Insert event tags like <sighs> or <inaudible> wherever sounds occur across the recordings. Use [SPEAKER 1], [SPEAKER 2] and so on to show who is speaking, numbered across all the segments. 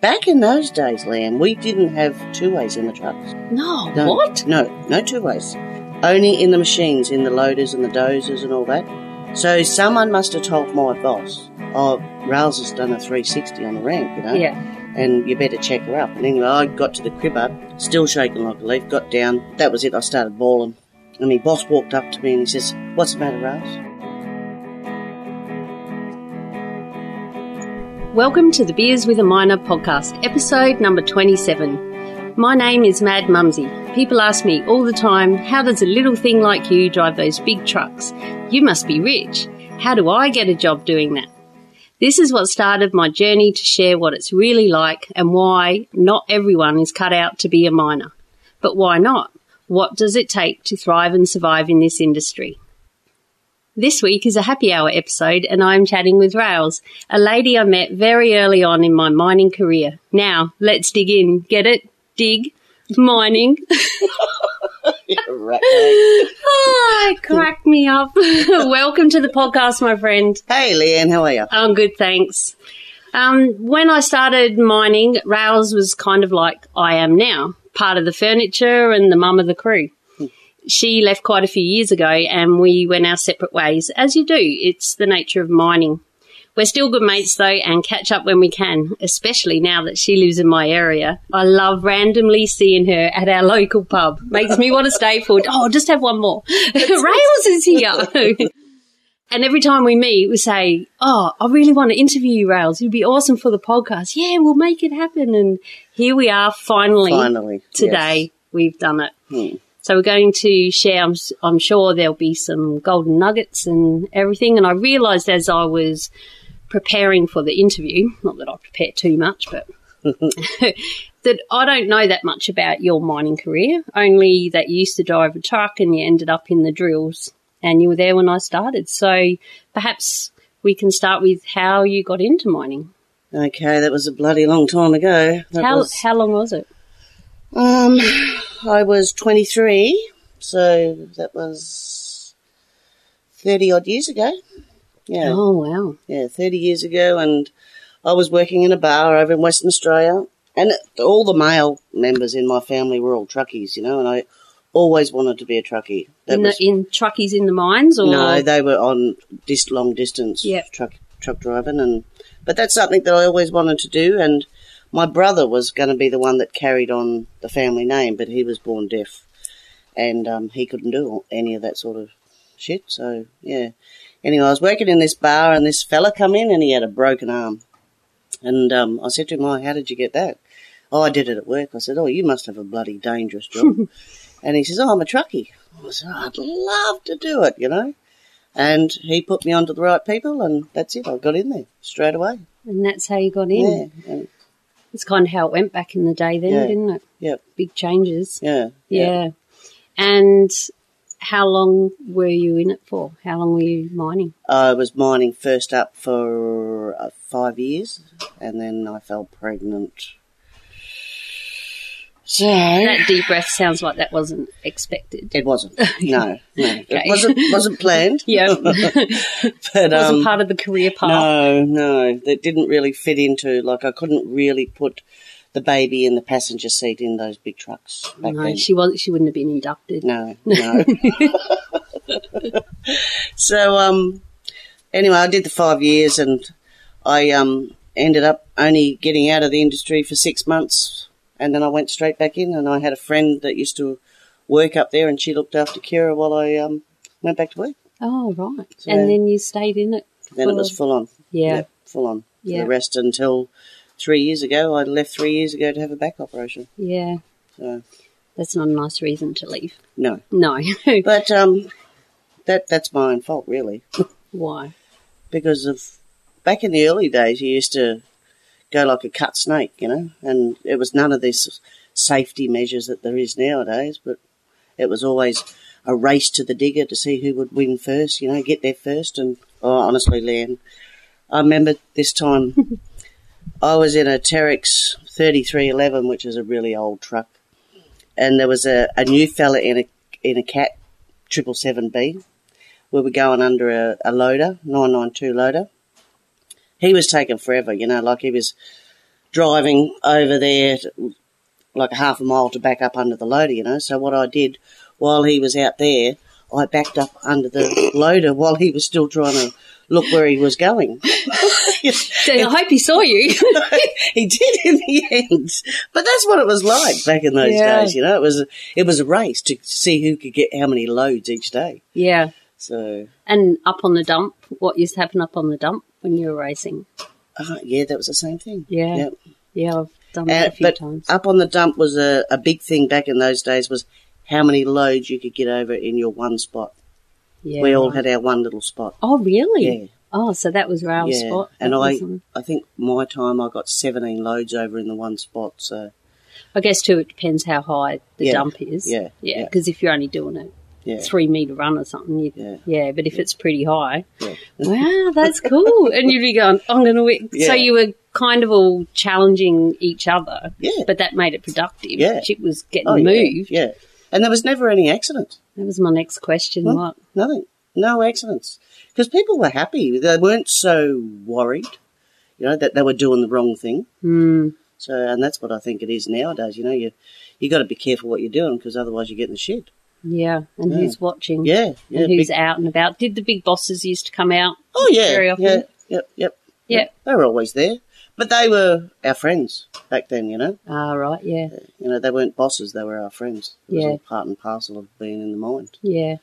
[SPEAKER 1] Back in those days, Liam, we didn't have two ways in the trucks.
[SPEAKER 2] No,
[SPEAKER 1] No,
[SPEAKER 2] what?
[SPEAKER 1] No, no two ways. Only in the machines, in the loaders and the dozers and all that. So someone must have told my boss, oh, Rails has done a 360 on the ramp, you know?
[SPEAKER 2] Yeah.
[SPEAKER 1] And you better check her up. And anyway, I got to the crib up, still shaking like a leaf, got down. That was it, I started bawling. And my boss walked up to me and he says, what's the matter, Rails?
[SPEAKER 2] Welcome to the Beers with a Minor podcast, episode number 27. My name is Mad Mumsy. People ask me all the time, how does a little thing like you drive those big trucks? You must be rich. How do I get a job doing that? This is what started my journey to share what it's really like and why not everyone is cut out to be a miner. But why not? What does it take to thrive and survive in this industry? This week is a happy hour episode, and I'm chatting with Rails, a lady I met very early on in my mining career. Now, let's dig in. Get it? Dig. Mining.
[SPEAKER 1] right.
[SPEAKER 2] Ah, it cracked me up. <laughs> Welcome to the podcast, my friend. Oh,
[SPEAKER 1] Hey, Leanne, how are you?
[SPEAKER 2] I'm good, thanks. Um, when I started mining, Rails was kind of like I am now, part of the furniture and the mum of the crew. She left quite a few years ago and we went our separate ways, as you do. It's the nature of mining. We're still good mates though and catch up when we can, especially now that she lives in my area. I love randomly seeing her at our <laughs> local pub. Makes me want to stay for, oh, just have one more. <laughs> Rails is here. <laughs> And every time we meet, we say, Oh, I really want to interview you, Rails. You'd be awesome for the podcast. Yeah, we'll make it happen. And here we are finally.
[SPEAKER 1] Finally.
[SPEAKER 2] Today, we've done it.
[SPEAKER 1] yes.
[SPEAKER 2] So we're going to share, I'm, s- I'm sure there'll be some golden nuggets and everything. And I realized as I was preparing for the interview, not that I prepare too much,
[SPEAKER 1] <laughs>
[SPEAKER 2] but that I don't know that much about your mining career, only that you used to drive a truck and you ended up in the drills and you were there when I started. So perhaps we can start with how you got into mining.
[SPEAKER 1] Hmm. Okay, that was a bloody long time ago. That
[SPEAKER 2] How,
[SPEAKER 1] was-
[SPEAKER 2] how long was it?
[SPEAKER 1] Um, I was 23, so that was 30 odd years ago. Yeah,
[SPEAKER 2] Oh, wow.
[SPEAKER 1] yeah, 30 years ago, and I was working in a bar over in Western Australia, and it- all the male members in my family were all truckies, you know, and I always wanted to be a truckie. That
[SPEAKER 2] In,
[SPEAKER 1] was,
[SPEAKER 2] the, in truckies in the mines or?
[SPEAKER 1] no, they were on dis- long distance
[SPEAKER 2] Yep.
[SPEAKER 1] truck truck driving, and but that's something that I always wanted to do, and my brother was going to be the one that carried on the family name, but he was born deaf, and um, he couldn't do any of that sort of shit. So yeah. Anyway, I was working in this bar, and this fella come in, and he had a broken arm, and um, I said to him, "Oh, how did you get that?" Oh, I did it at work. I said, "Oh, you must have a bloody dangerous
[SPEAKER 2] <laughs>
[SPEAKER 1] job." and he says, "Oh, I'm a truckie." I said, oh, "I'd love to do it," you know. And he put me onto the right people, and that's it. I got in there straight away.
[SPEAKER 2] and that's how you got in.
[SPEAKER 1] Yeah, and-
[SPEAKER 2] It's kind of how it went back in the day then,
[SPEAKER 1] Yeah.
[SPEAKER 2] didn't it?
[SPEAKER 1] Yep.
[SPEAKER 2] Big changes.
[SPEAKER 1] yeah,
[SPEAKER 2] Yeah. And how long were you in it for? How long were you mining?
[SPEAKER 1] I was mining first up for uh, five years, and then I fell pregnant. So
[SPEAKER 2] That deep breath sounds like that wasn't expected.
[SPEAKER 1] it wasn't. No, no,
[SPEAKER 2] Okay.
[SPEAKER 1] it wasn't. Wasn't planned.
[SPEAKER 2] <laughs> Yeah.
[SPEAKER 1] <laughs> but,
[SPEAKER 2] <laughs> wasn't
[SPEAKER 1] um,
[SPEAKER 2] part of the career path.
[SPEAKER 1] No, no, that didn't really fit into. Like I couldn't really put the baby in the passenger seat in those big trucks back then.
[SPEAKER 2] she was she wouldn't have been inducted.
[SPEAKER 1] No, no. <laughs> so, um, anyway, I did the five years and I um, ended up only getting out of the industry for six months and then I went straight back in. And I had a friend that used to work up there and she looked after Kira while I um, went back to work.
[SPEAKER 2] Oh right.
[SPEAKER 1] So-
[SPEAKER 2] and then you stayed in it.
[SPEAKER 1] Then it was full on.
[SPEAKER 2] Yeah.
[SPEAKER 1] full on. for
[SPEAKER 2] Yeah.
[SPEAKER 1] The rest until three years ago. I left three years ago to have a back operation.
[SPEAKER 2] Yeah.
[SPEAKER 1] So,
[SPEAKER 2] That's not a nice reason to leave.
[SPEAKER 1] no.
[SPEAKER 2] No. <laughs>
[SPEAKER 1] But um, that that's my own fault, really.
[SPEAKER 2] Why?
[SPEAKER 1] because of back in the early days you used to go like a cut snake, you know, and it was none of these safety measures that there is nowadays, but it was always a race to the digger to see who would win first, you know, get there first and oh honestly, Leanne, I remember this time I was in a Terex thirty three eleven, which is a really old truck. And there was a, a new fella in a in a cat triple seven B we were going under a, a loader, 992 loader. He was taking forever, you know, like he was driving over there to, like a half a mile to back up under the loader, you know. So what I did while he was out there, I backed up under the loader while he was still trying to look where he was going. <laughs>
[SPEAKER 2] So I hope he saw you. <laughs>
[SPEAKER 1] he did in the end. But that's what it was like back in those
[SPEAKER 2] Yeah.
[SPEAKER 1] days, you know. It was it was a race to see who could get how many loads each day.
[SPEAKER 2] yeah.
[SPEAKER 1] So
[SPEAKER 2] And up on the dump, what used to happen up on the dump when you were racing?
[SPEAKER 1] uh, yeah, that was the same thing.
[SPEAKER 2] Yeah.
[SPEAKER 1] Yep.
[SPEAKER 2] Yeah, I've done
[SPEAKER 1] Uh,
[SPEAKER 2] that a few
[SPEAKER 1] but
[SPEAKER 2] times.
[SPEAKER 1] up on the dump was a, a big thing back in those days was how many loads you could get over in your one spot.
[SPEAKER 2] Yeah.
[SPEAKER 1] we all had our one little spot.
[SPEAKER 2] Oh, really?
[SPEAKER 1] Yeah,
[SPEAKER 2] Oh, so that was rail
[SPEAKER 1] yeah.
[SPEAKER 2] spot.
[SPEAKER 1] and
[SPEAKER 2] That
[SPEAKER 1] I,
[SPEAKER 2] was on-
[SPEAKER 1] I think my time I got seventeen loads over in the one spot. So
[SPEAKER 2] I guess too, it depends how high the
[SPEAKER 1] Yeah.
[SPEAKER 2] dump is.
[SPEAKER 1] Yeah.
[SPEAKER 2] Yeah.
[SPEAKER 1] Yeah.
[SPEAKER 2] Because if you're only doing a
[SPEAKER 1] yeah,
[SPEAKER 2] three meter run or something, you, yeah.
[SPEAKER 1] Yeah.
[SPEAKER 2] But if it's
[SPEAKER 1] <laughs>
[SPEAKER 2] pretty high,
[SPEAKER 1] yeah.
[SPEAKER 2] wow, that's cool. And you'd be going, I'm going to win. So
[SPEAKER 1] Yeah.
[SPEAKER 2] you were kind of all challenging each other.
[SPEAKER 1] Yeah.
[SPEAKER 2] But that made it productive.
[SPEAKER 1] Yeah.
[SPEAKER 2] Shit was getting
[SPEAKER 1] Oh, yeah,
[SPEAKER 2] moved.
[SPEAKER 1] Yeah, and there was never any accidents.
[SPEAKER 2] That was my next question.
[SPEAKER 1] Huh?
[SPEAKER 2] What?
[SPEAKER 1] Nothing. No accidents. Because people were happy. They weren't so worried, you know, that they were doing the wrong thing.
[SPEAKER 2] Hmm.
[SPEAKER 1] So, and that's what I think it is nowadays. You know, you you got to be careful what you're doing because otherwise you're getting the shit.
[SPEAKER 2] yeah. And
[SPEAKER 1] Yeah.
[SPEAKER 2] who's watching?
[SPEAKER 1] Yeah, yeah.
[SPEAKER 2] Mm-hmm. and who's
[SPEAKER 1] big-
[SPEAKER 2] out and about? Did the big bosses used to come out?
[SPEAKER 1] oh yeah,
[SPEAKER 2] very often?
[SPEAKER 1] yeah, yep, yep,
[SPEAKER 2] Yeah.
[SPEAKER 1] They were always there, but they were our friends back then. You know,
[SPEAKER 2] Ah, right. Yeah.
[SPEAKER 1] you know, they weren't bosses. They were our friends. It was
[SPEAKER 2] Yeah.
[SPEAKER 1] all part and parcel of being in the mine.
[SPEAKER 2] Yeah.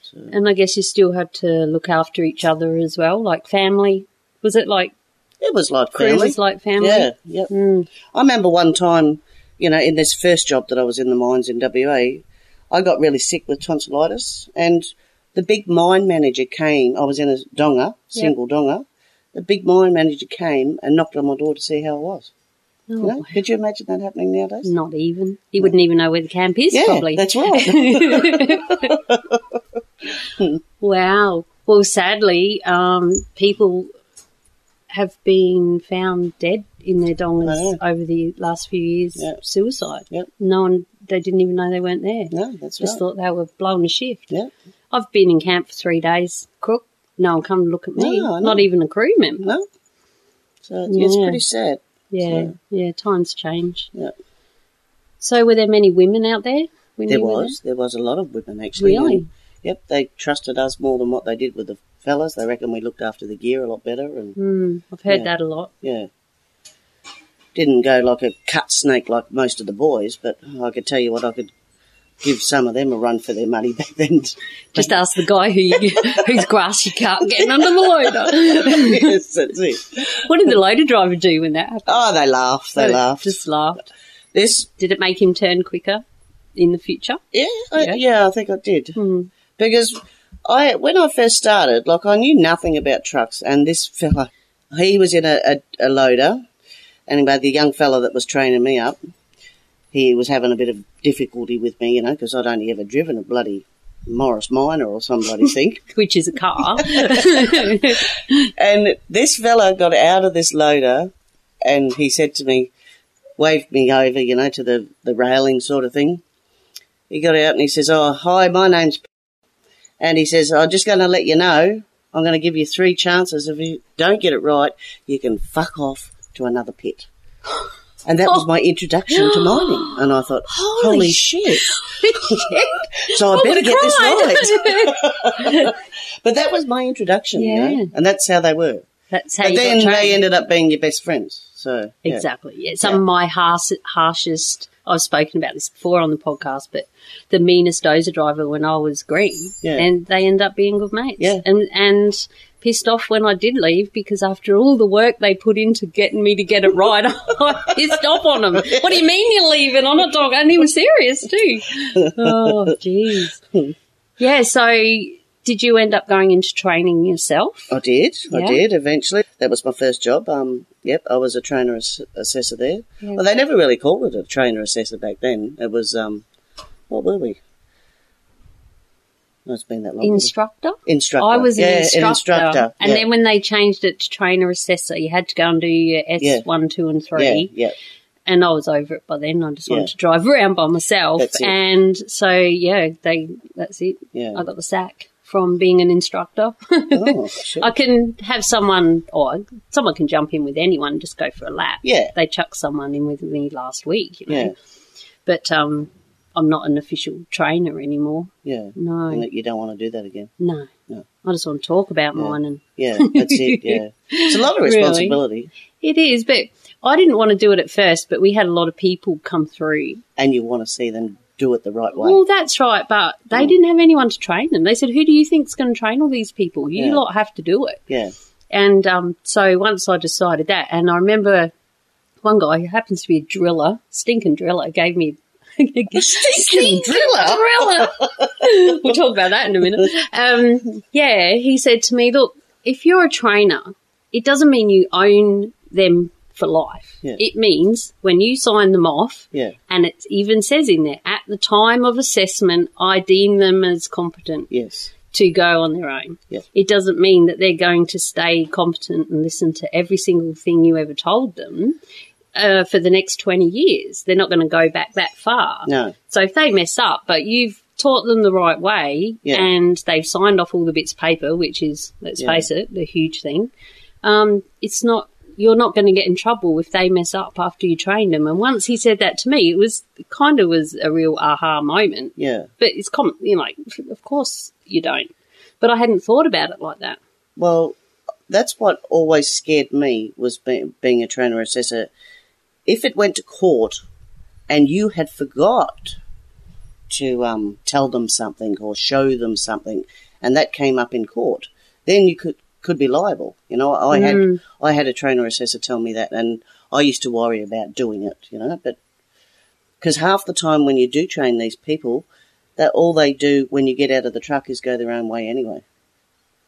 [SPEAKER 1] So-
[SPEAKER 2] And I guess you still had to look after each other as well, like family. Was it like
[SPEAKER 1] It was like
[SPEAKER 2] crew
[SPEAKER 1] family.
[SPEAKER 2] was like family?
[SPEAKER 1] Yeah, yep.
[SPEAKER 2] Mm.
[SPEAKER 1] I remember one time, you know, in this first job that I was in the mines in WA, I got really sick with tonsillitis, and the big mine manager came. I was in a donga, single donga. The big mine manager came and knocked on my door to see how I was.
[SPEAKER 2] Oh,
[SPEAKER 1] You know, could you imagine that happening nowadays?
[SPEAKER 2] Not even. He wouldn't even know where the camp is,
[SPEAKER 1] yeah,
[SPEAKER 2] probably.
[SPEAKER 1] that's right.
[SPEAKER 2] <laughs> Wow. Well, sadly, um, people have been found dead in their dongas over the last few years.
[SPEAKER 1] Oh, Yeah.
[SPEAKER 2] Suicide.
[SPEAKER 1] Yeah.
[SPEAKER 2] No one, they didn't even know they weren't there.
[SPEAKER 1] no, that's
[SPEAKER 2] Just
[SPEAKER 1] right.
[SPEAKER 2] thought they were blown a shift.
[SPEAKER 1] yeah,
[SPEAKER 2] I've been in camp for three days, crook. No one come and look at me.
[SPEAKER 1] No, I know.
[SPEAKER 2] Not even a crew member.
[SPEAKER 1] no. So it's, it's
[SPEAKER 2] Yeah.
[SPEAKER 1] pretty sad.
[SPEAKER 2] Yeah,
[SPEAKER 1] So-
[SPEAKER 2] yeah. Times change.
[SPEAKER 1] Yeah.
[SPEAKER 2] So, were there many women out there? When
[SPEAKER 1] There
[SPEAKER 2] you were
[SPEAKER 1] was there was a lot of women actually.
[SPEAKER 2] Really?
[SPEAKER 1] and- yep, they trusted us more than what they did with the fellas. They reckon we looked after the gear a lot better, and
[SPEAKER 2] there? Mm, I've heard
[SPEAKER 1] Yeah.
[SPEAKER 2] that a lot.
[SPEAKER 1] yeah, didn't go like a cut snake like most of the boys. But I could tell you what, I could give some of them a run for their money <laughs> back then.
[SPEAKER 2] Just ask the guy
[SPEAKER 1] <laughs>
[SPEAKER 2] who you, whose grass you cut getting under the loader.
[SPEAKER 1] yes, that's it.
[SPEAKER 2] what did the loader driver do when that happened?
[SPEAKER 1] Oh, they laugh. They laugh.
[SPEAKER 2] Just laughed.
[SPEAKER 1] this,
[SPEAKER 2] Did it make him turn quicker in the future?
[SPEAKER 1] yeah, I,
[SPEAKER 2] Yeah.
[SPEAKER 1] yeah, I think I did.
[SPEAKER 2] Mm.
[SPEAKER 1] because I when I first started, like I knew nothing about trucks, and this fella, he was in a, a, a loader, anyway, the young fella that was training me up, he was having a bit of difficulty with me, you know, because I'd only ever driven a bloody Morris Minor or some bloody thing,
[SPEAKER 2] Which is a
[SPEAKER 1] <laughs>
[SPEAKER 2] car. <laughs>
[SPEAKER 1] and this fella got out of this loader, and he said to me, waved me over, you know, to the the railing sort of thing. He got out and he says, "Oh, hi, my name's," P-" and he says, "I'm just going to let you know, I'm going to give you three chances. If you don't get it right, you can fuck off to another pit." And that was my introduction to mining, and I thought,
[SPEAKER 2] Holy
[SPEAKER 1] "Holy, shit!" So I,
[SPEAKER 2] I
[SPEAKER 1] better
[SPEAKER 2] would've
[SPEAKER 1] get this right.
[SPEAKER 2] cried.
[SPEAKER 1] <laughs> But that was my introduction, you know,
[SPEAKER 2] Yeah.
[SPEAKER 1] and that's how they were.
[SPEAKER 2] That's how
[SPEAKER 1] But
[SPEAKER 2] you
[SPEAKER 1] then
[SPEAKER 2] got trained.
[SPEAKER 1] they ended up being your best friends. So yeah.
[SPEAKER 2] Exactly. Yeah. Some of my harsh, harshest, I've spoken about this before on the podcast, but the meanest dozer driver when I was green,
[SPEAKER 1] Yeah.
[SPEAKER 2] and they end up being good mates.
[SPEAKER 1] Yeah.
[SPEAKER 2] And, and pissed off when I did leave because after all the work they put into getting me to get it right, <laughs> I pissed off on them. What do you mean you're leaving? I'm not talking. And he was serious too. Oh, jeez.
[SPEAKER 1] <laughs>
[SPEAKER 2] Yeah, so did you end up going into training yourself?
[SPEAKER 1] I did.
[SPEAKER 2] Yeah.
[SPEAKER 1] I did eventually. That was my first job. Um, yep, I was a trainer ass- assessor there.
[SPEAKER 2] Yeah.
[SPEAKER 1] Well, they never really called it a trainer assessor back then. It was um, what were we? No, it's been that long.
[SPEAKER 2] Instructor?
[SPEAKER 1] instructor.
[SPEAKER 2] I was an,
[SPEAKER 1] yeah,
[SPEAKER 2] instructor.
[SPEAKER 1] an instructor.
[SPEAKER 2] And
[SPEAKER 1] yeah.
[SPEAKER 2] then when they changed it to trainer assessor, you had to go and do your S
[SPEAKER 1] Yeah.
[SPEAKER 2] one, two, and
[SPEAKER 1] yeah,
[SPEAKER 2] three.
[SPEAKER 1] yeah,
[SPEAKER 2] And I was over it by then. I just wanted
[SPEAKER 1] Yeah.
[SPEAKER 2] to drive around by myself.
[SPEAKER 1] That's it.
[SPEAKER 2] And so yeah, they that's it.
[SPEAKER 1] yeah.
[SPEAKER 2] I got the sack. from being an instructor.
[SPEAKER 1] <laughs> Oh,
[SPEAKER 2] <laughs>
[SPEAKER 1] sure.
[SPEAKER 2] I can have someone, or someone can jump in with anyone, just go for a lap.
[SPEAKER 1] Yeah.
[SPEAKER 2] They chucked someone in with me last week, you know.
[SPEAKER 1] Yeah.
[SPEAKER 2] But um, I'm not an official trainer anymore.
[SPEAKER 1] Yeah.
[SPEAKER 2] No.
[SPEAKER 1] And that you don't want to do that again.
[SPEAKER 2] No.
[SPEAKER 1] No.
[SPEAKER 2] I just want to talk about
[SPEAKER 1] Yeah.
[SPEAKER 2] mine and <laughs>
[SPEAKER 1] Yeah, that's it. Yeah. It's a lot of
[SPEAKER 2] Really?
[SPEAKER 1] responsibility.
[SPEAKER 2] It is, but I didn't want to do it at first, but we had a lot of people come through.
[SPEAKER 1] And you want to see them do it the right way.
[SPEAKER 2] Well, that's right, but they didn't have anyone to train them. They said, Who do you think's going to train all these people? You
[SPEAKER 1] Yeah.
[SPEAKER 2] lot have to do it.
[SPEAKER 1] yeah.
[SPEAKER 2] And um, so once I decided that, and I remember one guy who happens to be a driller, stinking driller, gave me. <laughs> stinking
[SPEAKER 1] driller?
[SPEAKER 2] driller.
[SPEAKER 1] <laughs>
[SPEAKER 2] we'll talk about that in a minute. Um, yeah, he said to me, "Look, if you're a trainer, it doesn't mean you own them for life.
[SPEAKER 1] Yeah.
[SPEAKER 2] It means when you sign them off,
[SPEAKER 1] Yeah.
[SPEAKER 2] and it even says in there at the time of assessment, I deem them as competent
[SPEAKER 1] Yes.
[SPEAKER 2] to go on their own.
[SPEAKER 1] Yeah.
[SPEAKER 2] It doesn't mean that they're going to stay competent and listen to every single thing you ever told them uh, for the next 20 years. They're not going to go back that far.
[SPEAKER 1] No.
[SPEAKER 2] So if they mess up, but you've taught them the right way
[SPEAKER 1] Yeah.
[SPEAKER 2] and they've signed off all the bits of paper, which is, let's
[SPEAKER 1] Yeah.
[SPEAKER 2] face it, the huge thing, um, it's not. You're not going to get in trouble if they mess up after you train them. And once he said that to me, it was it kind of was a real aha moment
[SPEAKER 1] Yeah.
[SPEAKER 2] but it's common, you know, like, <laughs> of course you don't. But I hadn't thought about it like that.
[SPEAKER 1] Well, that's what always scared me was be- being a trainer assessor. If it went to court and you had forgot to um, tell them something or show them something, and that came up in court, then you could could be liable. You know, I had I had a trainer assessor tell me that, and I used to worry about doing it. You know, but because half the time when you do train these people, that all they do when you get out of the truck is go their own way anyway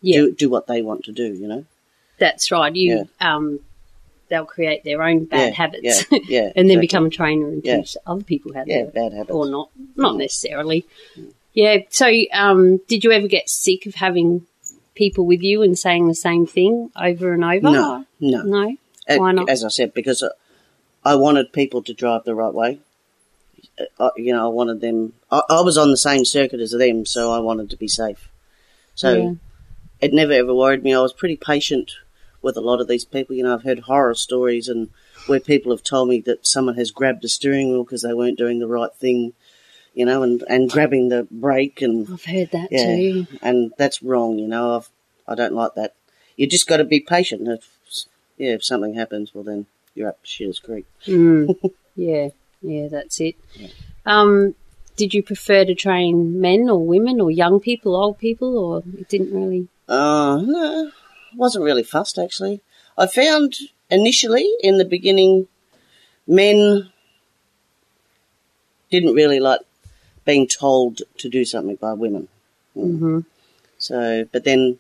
[SPEAKER 2] Yeah,
[SPEAKER 1] do, do what they want to do, you know?
[SPEAKER 2] that's right. You, um, they'll create their own bad
[SPEAKER 1] Yeah,
[SPEAKER 2] habits, <laughs>
[SPEAKER 1] yeah, yeah,
[SPEAKER 2] and then
[SPEAKER 1] exactly.
[SPEAKER 2] become a trainer and
[SPEAKER 1] Yeah.
[SPEAKER 2] teach other people how to
[SPEAKER 1] Yeah,
[SPEAKER 2] do it,
[SPEAKER 1] bad habits.
[SPEAKER 2] or not, not necessarily. Yeah. So, um, did you ever get sick of having people with you and saying the same thing over and over?
[SPEAKER 1] No, no.
[SPEAKER 2] "Oh, no.
[SPEAKER 1] Uh,
[SPEAKER 2] Why not?
[SPEAKER 1] As I said, because uh, I wanted people to drive the right way. Uh, I, you know, I wanted them. I, I was on the same circuit as them, so I wanted to be safe. So
[SPEAKER 2] Yeah.
[SPEAKER 1] it never ever worried me. I was pretty patient with a lot of these people. You know, I've heard horror stories and where people have told me that someone has grabbed a steering wheel because they weren't doing the right thing. You know, and and grabbing the brake and
[SPEAKER 2] I've heard that
[SPEAKER 1] Yeah,
[SPEAKER 2] too.
[SPEAKER 1] and that's wrong. You know, I've I don't like that. You just got to be patient. If yeah, if something happens, well then you're up shit's creek.
[SPEAKER 2] <laughs> Yeah, yeah, that's it. Um, did you prefer to train men or women or young people, old people, or it didn't really?
[SPEAKER 1] Uh, no, wasn't really fussed actually. I found initially in the beginning, men didn't really like being told to do something by women. Mm. So, but then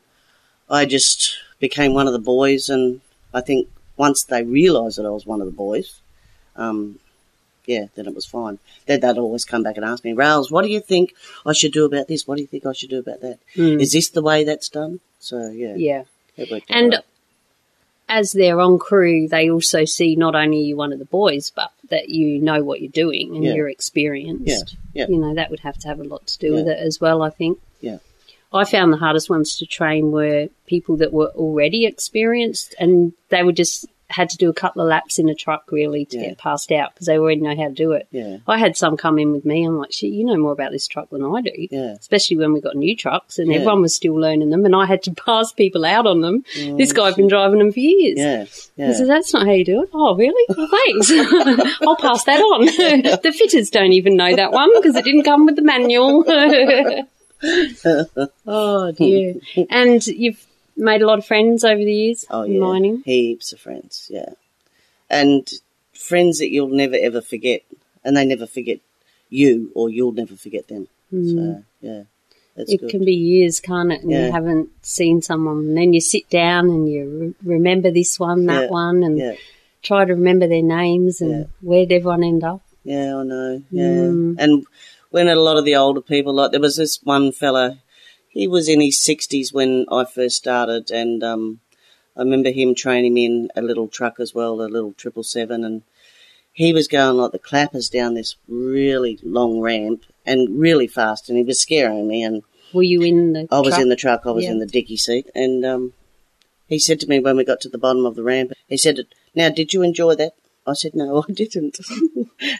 [SPEAKER 1] I just became one of the boys, and I think once they realised that I was one of the boys, um, yeah, then it was fine. Then they'd always come back and ask me, Rails, what do you think I should do about this? What do you think I should do about that? Is this the way that's done? So, yeah.
[SPEAKER 2] Mm. Yeah.
[SPEAKER 1] it worked out
[SPEAKER 2] And
[SPEAKER 1] well.
[SPEAKER 2] as they're on crew, they also see not only you one of the boys, but that you know what you're doing and
[SPEAKER 1] Yeah.
[SPEAKER 2] you're experienced.
[SPEAKER 1] Yeah, yeah.
[SPEAKER 2] You know, that would have to have a lot to do with
[SPEAKER 1] Yeah.
[SPEAKER 2] it as well, I think.
[SPEAKER 1] Yeah.
[SPEAKER 2] I found the hardest ones to train were people that were already experienced and they were just had to do a couple of laps in a truck really to
[SPEAKER 1] Yeah.
[SPEAKER 2] get passed out because they already know how to do it.
[SPEAKER 1] Yeah.
[SPEAKER 2] I had some come in with me. I'm like, shit, you know more about this truck than I do.
[SPEAKER 1] Yeah.
[SPEAKER 2] Especially when we got new trucks and
[SPEAKER 1] Yeah.
[SPEAKER 2] everyone was still learning them and I had to <laughs> pass people out on them. this guy's been driving them for years.
[SPEAKER 1] Yeah.
[SPEAKER 2] I said,
[SPEAKER 1] Yeah.
[SPEAKER 2] that's not how you do it. Oh, really? Well, thanks. <laughs> I'll pass that on. <laughs> the fitters don't even know that one because it didn't come with
[SPEAKER 1] <laughs>
[SPEAKER 2] the manual. <laughs> oh,
[SPEAKER 1] Hmm.
[SPEAKER 2] dear. And you've made a lot of friends over the years
[SPEAKER 1] Oh,
[SPEAKER 2] in
[SPEAKER 1] yeah.
[SPEAKER 2] mining.
[SPEAKER 1] Heaps of friends. Yeah. And friends that you'll never ever forget. And they never forget you or you'll never forget them. So, yeah. That's
[SPEAKER 2] Hmm. it
[SPEAKER 1] good.
[SPEAKER 2] can be years, can't it? And
[SPEAKER 1] Yeah.
[SPEAKER 2] you haven't seen someone. And then you sit down and you re- remember this one, that
[SPEAKER 1] Yeah.
[SPEAKER 2] one, and
[SPEAKER 1] yeah.
[SPEAKER 2] try to remember their names and
[SPEAKER 1] Yeah.
[SPEAKER 2] where'd everyone end up.
[SPEAKER 1] Yeah, I know. Yeah. And when a lot of the older people, like there was this one fella, he was in his 60s when I first started, and um, I remember him training in a little truck as well, a little 777, and he was going like the clappers down this really long ramp and really fast, and he was scaring me. And
[SPEAKER 2] Were you in the?
[SPEAKER 1] I was
[SPEAKER 2] truck?
[SPEAKER 1] in the truck, I was
[SPEAKER 2] Yeah.
[SPEAKER 1] in the dicky seat, and um, he said to me when we got to the bottom of the ramp, he said, Now, did you enjoy that? I said, No, <laughs> I didn't.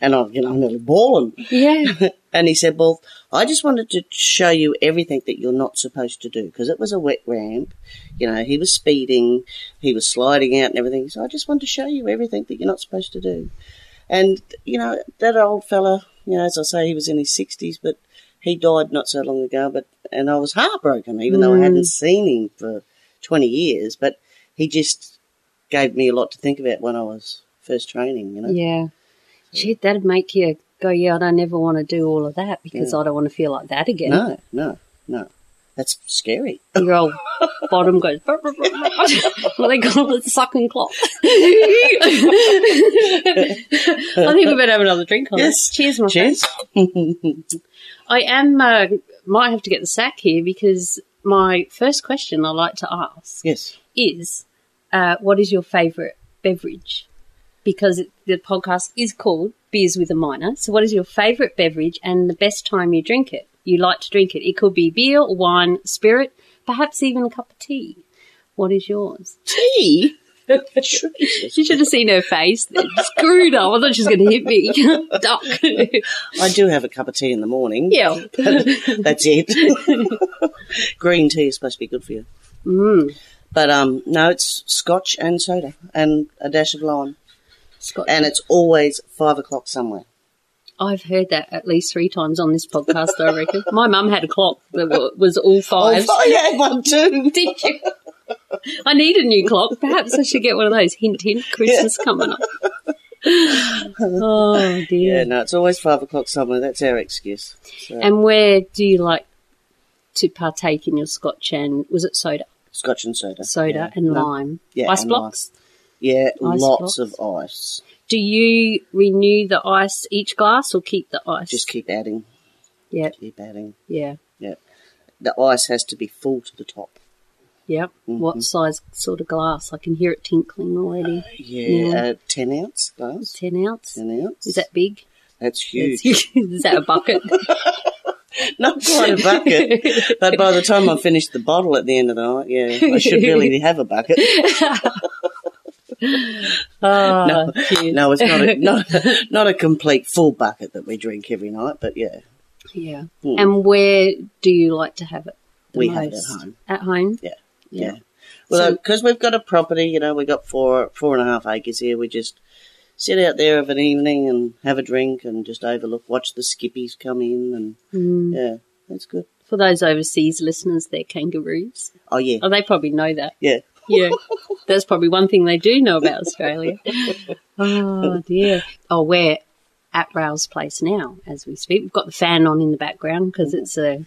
[SPEAKER 1] and I, you know, I'm nearly bawling. <laughs>
[SPEAKER 2] Yeah.
[SPEAKER 1] And he said, Well, I just wanted to show you everything that you're not supposed to do because it was a wet ramp. You know, he was speeding, he was sliding out and everything. So I just wanted to show you everything that you're not supposed to do. And, you know, that old fella, you know, as I say, he was in his 60s, but he died not so long ago. But And I was heartbroken, even though I hadn't seen him for 20 years. But he just gave me a lot to think about when I was first training, you know.
[SPEAKER 2] yeah. Shit, that'd make you go. Yeah, I don't ever want to do all of that because I don't want to feel like that again.
[SPEAKER 1] No, no, no. That's scary.
[SPEAKER 2] <laughs> Your
[SPEAKER 1] <laughs>
[SPEAKER 2] old bottom goes. <laughs> "Brr, brr, brr, brr." well, they call it the sucking clock. <laughs> I think we better have another drink on
[SPEAKER 1] Yes.
[SPEAKER 2] it. Cheers, my friend.
[SPEAKER 1] Cheers.
[SPEAKER 2] I am uh, might have to get the sack here because my first question I like to ask
[SPEAKER 1] Yes.
[SPEAKER 2] is, uh, what is your favourite beverage? Because it, the podcast is called Beers with a Minor. So, what is your favourite beverage and the best time you drink it? You like to drink it. It could be beer, wine, spirit, perhaps even a cup of tea. What is yours?
[SPEAKER 1] <laughs> Tea?
[SPEAKER 2] You should have seen her face. It's screwed up. I thought she was going to hit me. <laughs> Duck.
[SPEAKER 1] I do have a cup of tea in the morning.
[SPEAKER 2] yeah.
[SPEAKER 1] That's it. <laughs> Green tea is supposed to be good for you.
[SPEAKER 2] Mm.
[SPEAKER 1] But um, no, it's scotch and soda and a dash of lime.
[SPEAKER 2] Scotch.
[SPEAKER 1] And it's always five o'clock somewhere.
[SPEAKER 2] I've heard that at least three times on this podcast, I reckon. My mum had a clock that wa- was all
[SPEAKER 1] Oh,
[SPEAKER 2] five.
[SPEAKER 1] I had one too.
[SPEAKER 2] <laughs> Did you? I need a new clock. Perhaps I should get one of those. Hint, hint, Christmas
[SPEAKER 1] <laughs>
[SPEAKER 2] coming up. Oh,
[SPEAKER 1] Yeah,
[SPEAKER 2] dear.
[SPEAKER 1] no, it's always five o'clock somewhere. That's our excuse. So,
[SPEAKER 2] And where do you like to partake in your scotch and, was it soda?
[SPEAKER 1] scotch and soda.
[SPEAKER 2] Soda
[SPEAKER 1] Yeah.
[SPEAKER 2] and
[SPEAKER 1] No.
[SPEAKER 2] lime.
[SPEAKER 1] Yeah,
[SPEAKER 2] Ice
[SPEAKER 1] and
[SPEAKER 2] blocks.
[SPEAKER 1] Yeah,
[SPEAKER 2] Ice
[SPEAKER 1] lots
[SPEAKER 2] blocks.
[SPEAKER 1] of ice.
[SPEAKER 2] Do you renew the ice each glass or keep the ice?
[SPEAKER 1] Just keep adding,
[SPEAKER 2] Yeah,
[SPEAKER 1] keep adding.
[SPEAKER 2] yeah,
[SPEAKER 1] The ice has to be full to the top.
[SPEAKER 2] yeah.
[SPEAKER 1] Mm-hmm.
[SPEAKER 2] What size sort of glass? I can hear it tinkling already.
[SPEAKER 1] Yeah,
[SPEAKER 2] Yeah.
[SPEAKER 1] Uh, ten ounce glass.
[SPEAKER 2] 10 ounce.
[SPEAKER 1] Ten ounce.
[SPEAKER 2] Is that big?
[SPEAKER 1] That's huge.
[SPEAKER 2] <laughs> Is that a
[SPEAKER 1] <laughs>
[SPEAKER 2] bucket?
[SPEAKER 1] Not quite a bucket, but by the time I finish the bottle at the end of the night, yeah, I should really have a
[SPEAKER 2] <laughs>
[SPEAKER 1] bucket.
[SPEAKER 2] Oh, dear.
[SPEAKER 1] No, it's not a, not, not a complete full bucket that we drink every night, but yeah, Hmm,
[SPEAKER 2] Yeah. And where do you like to have it? the
[SPEAKER 1] We have it at
[SPEAKER 2] most?
[SPEAKER 1] home.
[SPEAKER 2] At home?
[SPEAKER 1] yeah,
[SPEAKER 2] Yeah.
[SPEAKER 1] yeah. Well,
[SPEAKER 2] So-
[SPEAKER 1] because we've got a property, you know, we've got four four and a half acres here. We just sit out there of an evening and have a drink and just overlook, watch the skippies come in, and yeah, that's good.
[SPEAKER 2] Hmm. For those overseas listeners, they're kangaroos.
[SPEAKER 1] Oh yeah,
[SPEAKER 2] Oh, they probably know that.
[SPEAKER 1] yeah.
[SPEAKER 2] Yeah. That's probably one thing they do know about
[SPEAKER 1] <laughs>
[SPEAKER 2] Australia. Oh, dear. Oh, we're at Rail's place now as we speak. We've got the fan on in the background because
[SPEAKER 1] Mm-hmm.
[SPEAKER 2] it's a,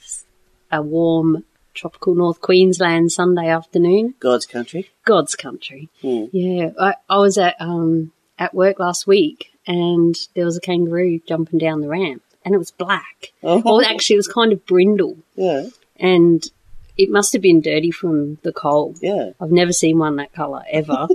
[SPEAKER 2] a warm tropical North Queensland Sunday afternoon.
[SPEAKER 1] God's country.
[SPEAKER 2] God's country.
[SPEAKER 1] Hmm.
[SPEAKER 2] Yeah, I, I was at um, at work last week, and there was a kangaroo jumping down the ramp, and it was black.
[SPEAKER 1] Oh.
[SPEAKER 2] Well, actually, it was kind of brindle,
[SPEAKER 1] Yeah,
[SPEAKER 2] and it must have been dirty from the cold.
[SPEAKER 1] yeah.
[SPEAKER 2] I've never seen one that colour ever.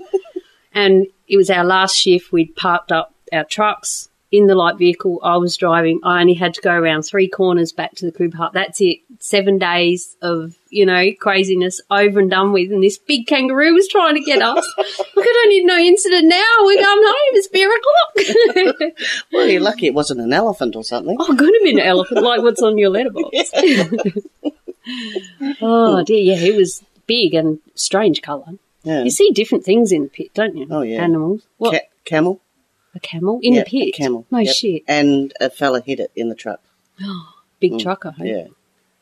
[SPEAKER 2] and it was our last shift. We'd parked up our trucks in the light vehicle. I was driving. I only had to go around three corners back to the crib hut. That's it. Seven days of, you know, craziness over and done with. And this big kangaroo was trying to get us. Look, I don't need no incident now. We're going home. It's beer o'clock.
[SPEAKER 1] Well, you're lucky it wasn't an elephant or something.
[SPEAKER 2] oh, could have been an elephant, like what's on your letterbox. <laughs> oh, dear. Yeah, it was big and strange colour.
[SPEAKER 1] Yeah.
[SPEAKER 2] You see different things in the pit, don't you?
[SPEAKER 1] Oh, yeah.
[SPEAKER 2] Animals. What?
[SPEAKER 1] Ca- camel.
[SPEAKER 2] a camel in
[SPEAKER 1] Yeah,
[SPEAKER 2] the pit?
[SPEAKER 1] A camel.
[SPEAKER 2] No
[SPEAKER 1] Yep.
[SPEAKER 2] shit.
[SPEAKER 1] And a fella hit it in the truck.
[SPEAKER 2] Big trucker. huh?
[SPEAKER 1] Mm. Yeah.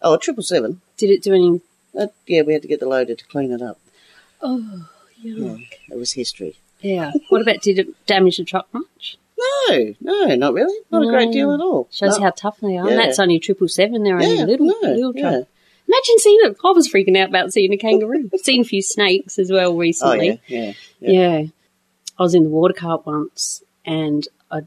[SPEAKER 1] Oh, triple seven.
[SPEAKER 2] Did it do any?
[SPEAKER 1] Uh, yeah, we had to get the loader to clean it up.
[SPEAKER 2] Oh, yeah.
[SPEAKER 1] It was history.
[SPEAKER 2] Yeah. what about did it damage the truck much?
[SPEAKER 1] No, no, not really. Not
[SPEAKER 2] No.
[SPEAKER 1] a great deal at all.
[SPEAKER 2] Shows
[SPEAKER 1] No.
[SPEAKER 2] how tough they are. And
[SPEAKER 1] Oh, Yeah.
[SPEAKER 2] that's only triple seven. They're
[SPEAKER 1] Yeah,
[SPEAKER 2] only little,
[SPEAKER 1] no,
[SPEAKER 2] little
[SPEAKER 1] yeah.
[SPEAKER 2] truck. Imagine seeing it. I was freaking out about seeing
[SPEAKER 1] <laughs>
[SPEAKER 2] a kangaroo. Seen a few snakes as well
[SPEAKER 1] Oh
[SPEAKER 2] recently.
[SPEAKER 1] yeah, yeah, yeah.
[SPEAKER 2] Yeah. I was in the water cart once and I,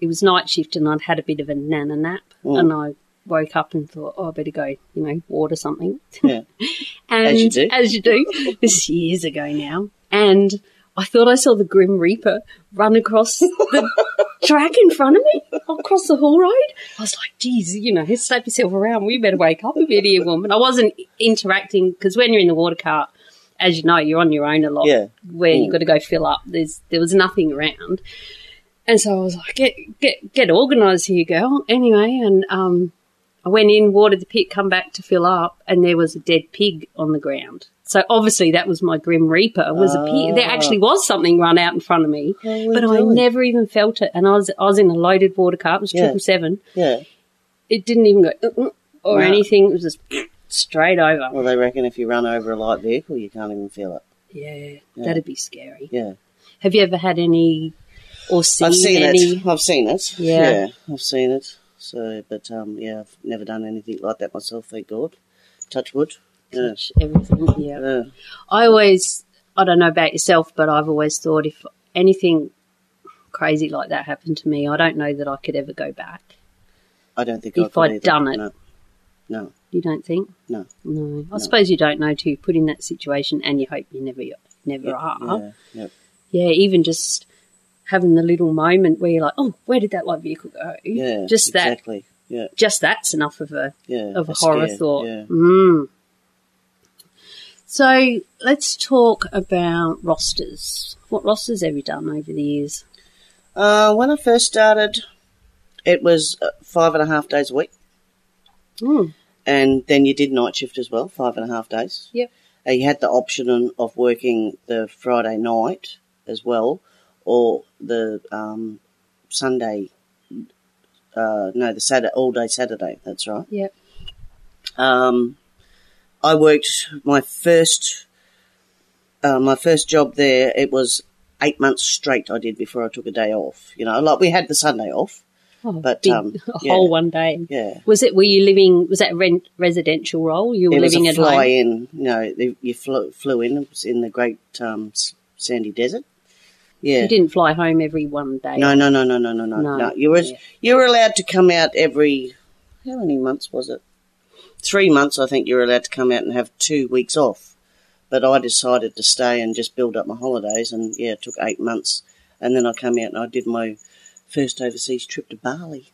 [SPEAKER 2] it was night shift and I'd had a bit of a nana nap
[SPEAKER 1] Mm.
[SPEAKER 2] and I woke up and thought, oh, I better go, you know, water something. <laughs>
[SPEAKER 1] Yeah.
[SPEAKER 2] and,
[SPEAKER 1] As you do.
[SPEAKER 2] As
[SPEAKER 1] <laughs>
[SPEAKER 2] you do. this is years ago now. And
[SPEAKER 1] <laughs>
[SPEAKER 2] I thought I saw the Grim Reaper run across the track in front of me. I I'll cross the hall road. I was like, geez, you know, slap yourself around. We better wake up a bit here, woman. I wasn't interacting because when you're in the water cart, as you know, you're on your own a lot.
[SPEAKER 1] Yeah. Mm.
[SPEAKER 2] Where you've got to go fill up. There's there was nothing around, and so I was like, get get get organised here, girl. Anyway, and um, I went in, watered the pit, come back to fill up, and there was a dead pig on the ground. So obviously that was my grim reaper. Was a pig.
[SPEAKER 1] Ah.
[SPEAKER 2] There actually was something run out in front of me, but I never even felt it. And I was I was in a loaded water cart. It was
[SPEAKER 1] Yeah.
[SPEAKER 2] triple seven.
[SPEAKER 1] Yeah.
[SPEAKER 2] It didn't even go "Uh, uh," or
[SPEAKER 1] No.
[SPEAKER 2] anything. It was just straight over.
[SPEAKER 1] Well, they reckon if you run over a light vehicle, you can't even feel it.
[SPEAKER 2] Yeah, that'd be scary.
[SPEAKER 1] Yeah.
[SPEAKER 2] Have you ever had any or seen,
[SPEAKER 1] I've seen
[SPEAKER 2] any?
[SPEAKER 1] it. I've seen it.
[SPEAKER 2] Yeah.
[SPEAKER 1] I've seen it. So, but um, yeah, I've never done anything like that myself. Thank God. Touch wood. Yeah. Uh,
[SPEAKER 2] Touch Everything. Yeah.
[SPEAKER 1] Yeah.
[SPEAKER 2] I always, I don't know about yourself, but I've always thought if anything crazy like that happened to me, I don't know that I could ever go back.
[SPEAKER 1] I don't think I
[SPEAKER 2] If
[SPEAKER 1] could
[SPEAKER 2] I'd
[SPEAKER 1] either.
[SPEAKER 2] done it.
[SPEAKER 1] No. no.
[SPEAKER 2] You don't think?
[SPEAKER 1] No.
[SPEAKER 2] No. I suppose you don't know to put in that situation, and you hope you never, never are.
[SPEAKER 1] Yeah. yeah.
[SPEAKER 2] Yeah. Even just having the little moment where you're like, oh, where did that light vehicle go?
[SPEAKER 1] Yeah.
[SPEAKER 2] Just that.
[SPEAKER 1] exactly. Yeah.
[SPEAKER 2] Just that's enough of a
[SPEAKER 1] Yeah.
[SPEAKER 2] of a
[SPEAKER 1] scare,
[SPEAKER 2] horror thought.
[SPEAKER 1] Yeah.
[SPEAKER 2] Mm. So let's talk about rosters. What rosters have you done over the years?
[SPEAKER 1] Uh, when I first started, it was uh, five and a half days a week. Hmm.
[SPEAKER 2] Mm.
[SPEAKER 1] and then you did night shift as well, five and a half days.
[SPEAKER 2] Yep.
[SPEAKER 1] Uh, you had the option on- of working the Friday night as well, or the um, Sunday. Uh, no, the Saturday, all day Saturday. That's right.
[SPEAKER 2] Yep.
[SPEAKER 1] Um, I worked my first, uh, my first job there. It was eight months straight. I did before I took a day off. You know, like we had the Sunday off.
[SPEAKER 2] Oh,
[SPEAKER 1] But,
[SPEAKER 2] big-
[SPEAKER 1] um,
[SPEAKER 2] <laughs> a
[SPEAKER 1] yeah.
[SPEAKER 2] whole one day.
[SPEAKER 1] Yeah.
[SPEAKER 2] Was it? Were you living? Was that rent residential role? You were
[SPEAKER 1] it was
[SPEAKER 2] living
[SPEAKER 1] a
[SPEAKER 2] at
[SPEAKER 1] fly
[SPEAKER 2] home.
[SPEAKER 1] in. You know, they- you flew, flew in. It was in the Great um, S- Sandy Desert. Yeah.
[SPEAKER 2] You didn't fly home every one day.
[SPEAKER 1] No, no, no, no, no, no, no.
[SPEAKER 2] No,
[SPEAKER 1] no. You were
[SPEAKER 2] yeah.
[SPEAKER 1] you were allowed to come out every how many months was it? Three months, I think. You were allowed to come out and have two weeks off, but I decided to stay and just build up my holidays, and yeah, it took eight months, and then I came out and I did my first overseas trip to Bali.